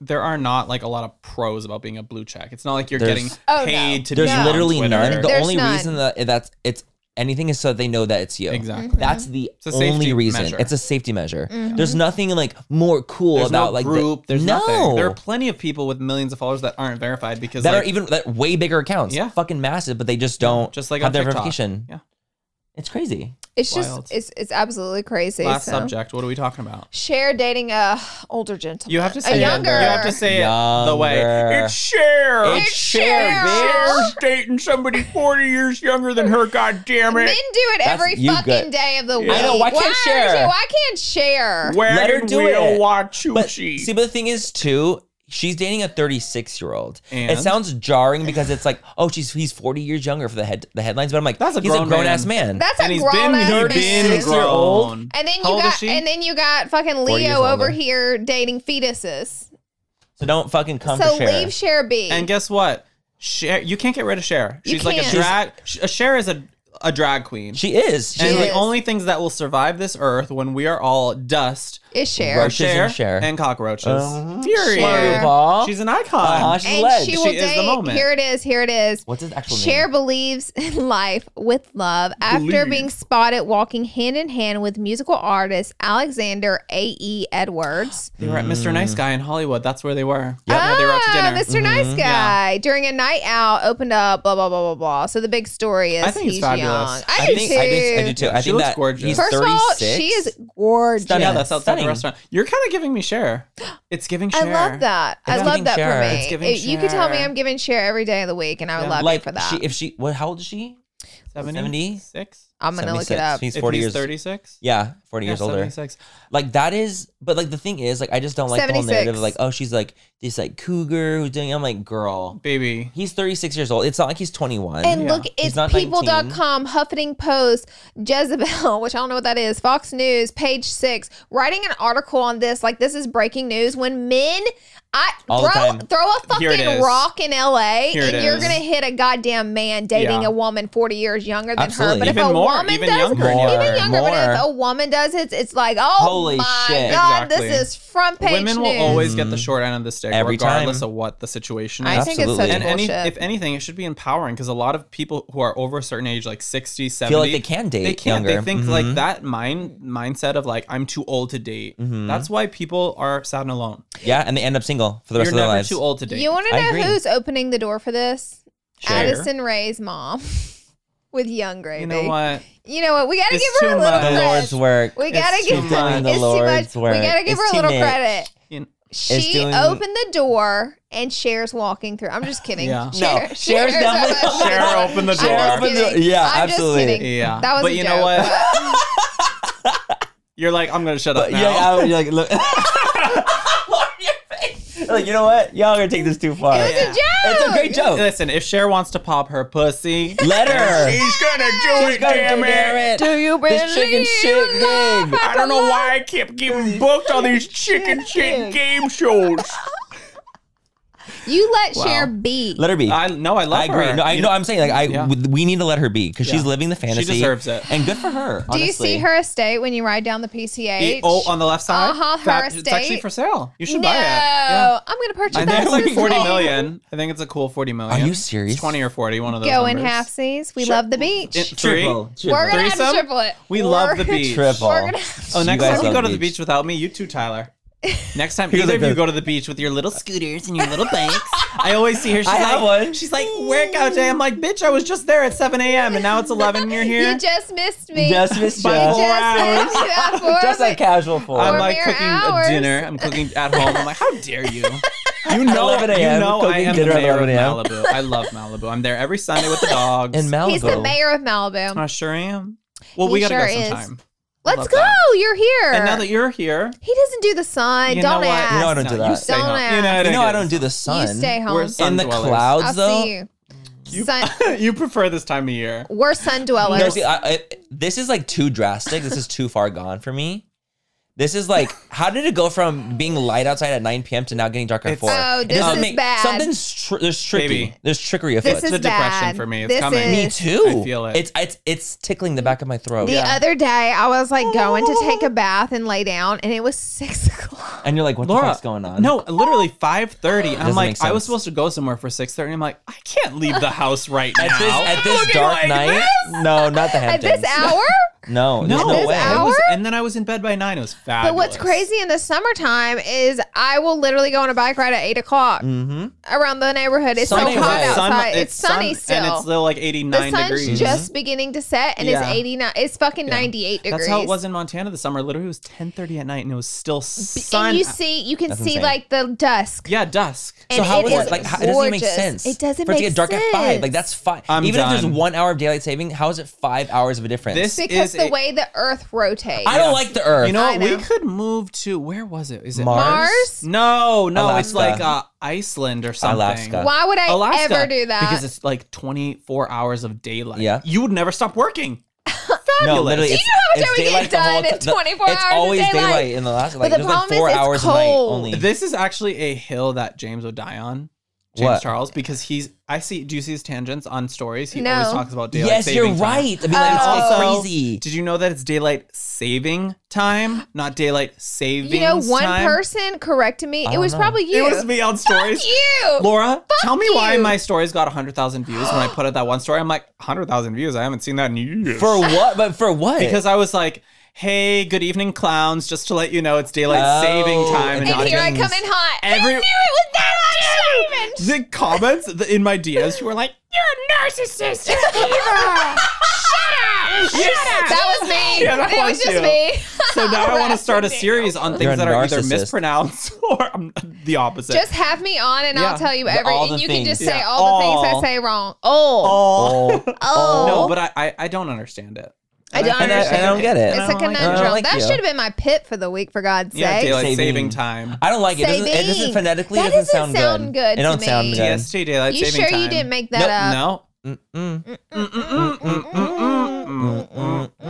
There are not like a lot of pros about being a blue check. It's not like you're
There's-
getting
Oh, no.
paid to
There's
be on
literally
Twitter.
none. The
There's
only
none.
reason that that's it's anything is so they know that it's you.
Mm-hmm.
Exactly.
That's the
It's a safety
only reason.
measure.
It's a safety measure. There's nothing like more cool
There's
about
no
like the-
group. there's
no.
nothing. There are plenty of people with millions of followers that aren't verified because
that
like,
are even that are way bigger accounts.
Yeah.
Fucking massive, but they just don't
just like
have
on
their
TikTok.
verification.
Yeah.
It's crazy.
it's
wild.
just it's it's absolutely crazy.
Last
so.
subject. What are we talking about?
Share dating a older gentleman.
You have to say
a
it.
younger.
You have to say it the way
Younger.
it's Cher.
It's
Cher,
Cher's dating somebody forty years younger than her. God damn
Men
it!
do it
That's-
every
you
fucking
good.
day of the week.
I know, why can't
is
share?
it- Why can't share?
Where
Let her
did
do
we
it.
watch you
But
cheat?
see, but the thing is too, she's dating a 36 year old. It
And?
sounds jarring because it's like, oh, she's he's 40 years younger for the head the headlines, but I'm like,
That's a
he's
grown
a grown ass
man.
man.
That's
and
a
he's
grown
been,
ass
he's
man.
been
36 year old.
grown.
And then you
How old is
got
she?
and then you got fucking
Forty years
Leo over
older.
here dating fetuses.
so don't fucking come for
so
Cher.
leave share be.
And guess what? Cher, you can't get rid of Cher.
You
She's like a
can't.
drag. A Cher is a a drag queen.
she is. She's
and
like
the only things that will survive this earth when we are all dust
is share.
Roaches
Cher
and Cher.
and cockroaches.
Uh-huh.
Period.
Cher.
RuPaul.
She's an icon.
Uh-huh, she's a
And
leg.
she will
She is the
date.
moment.
Here it is. Here it is.
What's his actual
Cher
name?
believes in life with love after
Believe.
being spotted walking hand in hand with musical artist Alexander A.E. Edwards.
They were at
Mm.
Mr. Nice Guy in Hollywood. That's where they were.
Ah,
Yeah, they were out to dinner.
Mr. Nice
Mm-hmm.
Guy Uh, during a night out opened up, blah, blah, blah, blah, blah. So the big story is
I think it's
he's
fabulous.
young. I,
I
do
think
too.
I do, I do too. I
She
think
looks
that
gorgeous.
he's
First
36.
of all, she is gorgeous.
Stunning.
Yeah, that's outside the
Stunning.
restaurant. You're kind of giving me share. It's giving
I
share.
love that. I
It's
love
giving
that
Cher.
for me.
It's
giving
If you could tell me
Cher.
I'm giving share every day of the week, and I would
Yeah.
love
like
you for that.
She, if she, what? How old is she?
76?
76?
I'm gonna look it
76.
up.
He's
If
40
he's
years.
36?
Yeah, 40
Yeah,
years older.
76.
Like that is, but like the thing is, like I just don't like the whole
76.
narrative. Of, like, oh, she's like this like cougar who's doing. I'm like, girl,
Baby.
he's 36 years old. It's not like he's 21.
And
Yeah.
look, it's
He's not 19.
people.com, Huffington Post, Jezebel, which I don't know what that is, Fox News, page six, writing an article on this. Like, this is breaking news when men. I
All the
throw,
time.
throw a
Here it
fucking
is.
rock in LA
Here it
and you're
is.
gonna hit a goddamn man dating
Yeah.
a woman 40 years younger than her.
Absolutely.
But if
Even
a
more,
woman
even
does
younger and
More,
even younger, but if
more.
a woman does it, it's like, oh
Holy
my
shit.
god,
Exactly.
this is front page
Women will
news.
always get the short end of the stick,
Mm-hmm. Every
regardless
time.
of what the situation is.
I think it's such
Absolutely.
and any,
bullshit.
if anything, it should be empowering because a lot of people who are over a certain age, like 60, 70,
like they can date
They can't. They
younger.
think like
Mhm.
that mind mindset of like, I'm too old to date.
Mm-hmm.
That's why people are sad and alone.
yeah, and they end up single for the rest
You're
of their
never
lives.
too old to date.
You want to
I
know
agree.
who's opening the door for this?
Cher.
Addison Ray's mom with young Gravy.
you know what?
You know what? We got to
It's
give her a
too
little
much.
the
credit.
Lord's work.
We got to
It's
give
too
her
much.
The
it's too
Lord's
much. We
work.
got to
It's
give her a
too
little
much.
credit.
You-
She
doing-
opened the door and Cher's walking through. I'm just kidding.
Yeah.
No, Cher's down the-
opened
Cher opened the
I'm just
door.
Opened the-
kidding.
yeah,
I'm just
absolutely.
kidding.
Yeah.
That was
But
a
you know
joke,
what?
but-
You're like, I'm gonna shut up
But
now.
yeah, I, you're like, look. like, you know what? Y'all gonna take this too far.
It's a joke.
It's a great joke.
Listen, if Cher wants to pop her pussy,
Let her. She's
gonna
gonna
do
do it.
Do you
This chicken shit game.
I don't know why I kept getting booked on these chicken shit game shows.
You let Cher
Wow.
be.
Let her be.
I no, I love
I agree.
her.
No, I,
You
no, I'm saying like I
Yeah.
w- we need to let her be because she's
Yeah.
living the fantasy.
deserves it.
and good for her.
Do you see
honestly.
her estate when you ride down the PCH?
It- oh, on the left side.
Uh-huh, her
Fab- It's actually
estate.
for sale. You should
no,
buy it. oh, Yeah.
I'm gonna purchase
I
that.
think it's like
This is
40
cool.
million. I think it's a cool 40 million.
Are you
It's
serious?
20 or 40, one of those.
Go in
numbers.
halfsies. We love the beach.
In- three.
Triple, triple.
We're gonna have to
Threesome?
triple it.
We
We're-
love the beach.
Triple.
We're gonna-
Oh,
You
next
guys
time
love
you go
the
to the
beach.
beach without me, you too, Tyler. Next time
He's
either
like
of you
this.
go to the beach with your little scooters and your little bikes. I always see her. She's
I
like,
have one.
She's like, workout day. I'm like, bitch, I was just there at 7 a.m. and now it's 11 and you're here.
You just missed me.
Just missed
By
Jeff.
four hours.
missed me. Yeah, four
Just
of
like casual for.
I'm
Four
like
mere
cooking
hours.
a dinner. I'm cooking at home. I'm like, how dare you?
you know, 11
You
a.m.
know I
cooking
am the
dinner at
mayor of
11 a.m.
Malibu. I love Malibu. I'm there every Sunday with the dogs.
in Malibu.
it. He's the mayor of Malibu.
I sure am. Well, we
He
gotta
sure
go
is.
sometime.
Let's
love
go.
that.
Oh, You're here.
And now that you're here,
he doesn't do the sun.
you
don't
know what?
ask.
You know I don't do
No,
that.
You stay
Don't
home.
ask.
You know,
You know, I don't
this.
do the sun.
You stay
We're
home.
In
sun
the
dwellers.
clouds,
I'll
though.
see you.
You,
Sun.
you prefer this time of year.
We're sun dwellers.
No, see, I, I, this is like too drastic. This is too far gone for me. This is like, how did it go from being light outside at 9 p.m. to now getting dark at
It's-
four?
Oh,
It
this
doesn't
is bad.
Something's tr- there's tricky.
Baby.
There's trickery afoot.
this is
the depression
bad.
for me. It's
This
coming.
is-
me too.
I feel it.
It's it's it's tickling the back of my throat.
The other day, I was
Oh.
like going to take a bath and lay down, and it was six o'clock.
And you're like, what the
Laura,
fuck's going on?
No, literally 5:30. I'm
Doesn't
like,
make
I
sense.
was supposed to go somewhere for 6:30. I'm like, I can't leave the house right now.
At this, at this dark night? No, not the
At
Hamptons.
this hour?
No,
no,
there's no
this
way.
I
hour?
was- and then I was in bed by nine. It was fabulous.
But what's crazy in the summertime is I will literally go on a bike ride at eight o'clock
Mm-hmm.
around the neighborhood. It's
Sunny
so hot
night.
outside.
Sun-
it's, sunny
sun-
still.
and it's still like
the
89
sun's
degrees. Mm-hmm.
just beginning to set, and
Yeah.
it's eighty nine. It's fucking ninety eight degrees.
That's how it was in Montana this summer. Literally, it was 10:30 at night, and it was still sun.
and you see, you can
That's
see
insane.
like the dusk.
yeah, dusk.
So
And
how
it
is
is
it? Like, how, it doesn't even make
gorgeous.
sense.
It doesn't
for it to
make
get dark at five.
sense.
Like that's fine.
I'm
even if
done.
there's one hour of daylight saving, how is it five hours of a difference?
This
because
is
the
a-
way the Earth rotates.
I don't like the Earth.
You know
I
what? We
know.
could move to where was it? Is it
Mars?
Mars?
No, no, it's
Alaska.
like uh, Iceland or something.
Alaska.
Why would I
Alaska,
ever do that?
Because it's like 24 hours of daylight.
Yeah.
You would never stop working.
no, literally,
Do you
it's,
know how much
it's
I would get
daylight the
done
whole
in
ti- the-
24
It's
hours of
always
daylight?
daylight in the last. Like
the
there's like
problem is
four
it's
hours a night
cold.
only.
This is actually a hill that James would die on. James
What?
Charles, because he's I see do you see his tangents on stories? He
No. Oh.
always talks about daylight
yes,
saving
you're
time.
right. I mean, like, it's
Also,
all crazy.
Did you know that it's daylight saving time, not daylight saving
you know, one
time?
person corrected me. It
don't
was
know.
probably
It
you.
was me on stories.
you.
Laura, tell me why
you.
my stories got 100,000 views when I put out that one story. I'm like, 100,000 views? I haven't seen that in years.
For what? But for what?
because I was like, hey, good evening, clowns, just to let you know it's daylight
Oh,
saving time.
and
And
and
not
here I
James.
come in hot.
Every-
I knew it was that hot Shaman.
the comments the- in my DMs who were like,
You're a narcissist. You're evil. Shut up. Shut up.
That was me.
Yeah, that
it
was
was just
you.
me.
so now I want to start a series on
You're a
things that are either
narcissist.
mispronounced or um, the opposite.
Just have me on, and
Yeah,
I'll tell you
the-
every.
all the
and you
things.
can just
Yeah.
say all the
All.
things I say wrong. Oh,
Aw.
oh,
oh.
No, but I, I, I don't understand it.
I don't
and I, and I don't get it.
It's
I
a
don't like "Oh,
conundrum.
you.
that
Yeah.
should have been my pit for the week, for God's
Yeah,
sake.
daylight saving,
Saving.
time.
I don't like it. It doesn't, it doesn't
Saving.
phonetically
That
doesn't,
doesn't sound good
It
to
don't sound
me.
good.
TST daylight
you
saving
sure
time.
you didn't make that
Nope,
up?
No.
Mm-mm.
Mm-mm.
I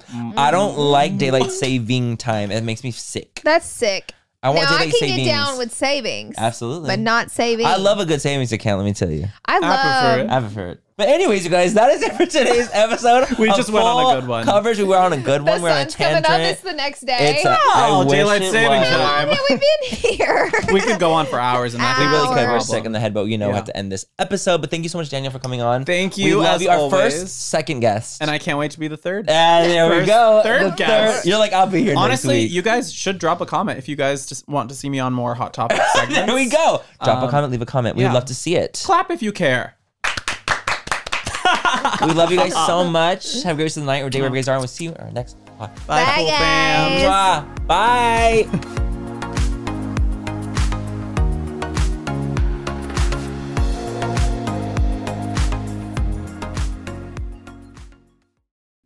Mm-hmm.
don't like daylight saving time. It makes me sick.
That's sick.
I want
now I
daylight
can
savings.
get down with savings,
Absolutely.
but not savings.
I love a good savings account, let me tell you.
I love.
prefer it.
I prefer it. But anyways, you guys, that is it for today's episode.
We
A
just went on a
full
good one.
Coverage. We were on a good
The
one. We're on a
sun's coming
tangent.
up. It's the next day.
It's a, I
Oh,
wish
daylight
it
saving
was.
time.
Have we been here?
We could go on for hours and I
We
think
really
that's
could.
the
We're
Hours.
sick in
problem.
the head, but you know we have
Yeah.
to end this episode. But thank you so much, Daniel, for coming on.
Thank
We
you,
love
as
you. Our
always.
first, second guest.
And I can't wait to be the third.
And there we
First-
go.
third
The
guest.
You're like, I'll be here. next
Honestly,
week.
you guys should drop a comment if you guys just want to see me on more hot topic segments.
There we go. Drop a
Um,
comment, leave a comment. We
yeah.
would love to see it.
Clap if you care.
We love you guys so much. Have a great rest of the night or day wherever you guys are, and we'll see you in our next podcast.
Bye,
Bye,
cool fam.
guys.
Mwah. Bye.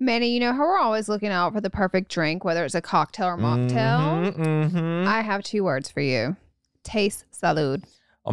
Manny, you know how we're always looking out for the perfect drink, whether it's a cocktail
Mm-hmm.
or mocktail.
Mhm, mhm.
I have two words for you. Taste salud.
Oh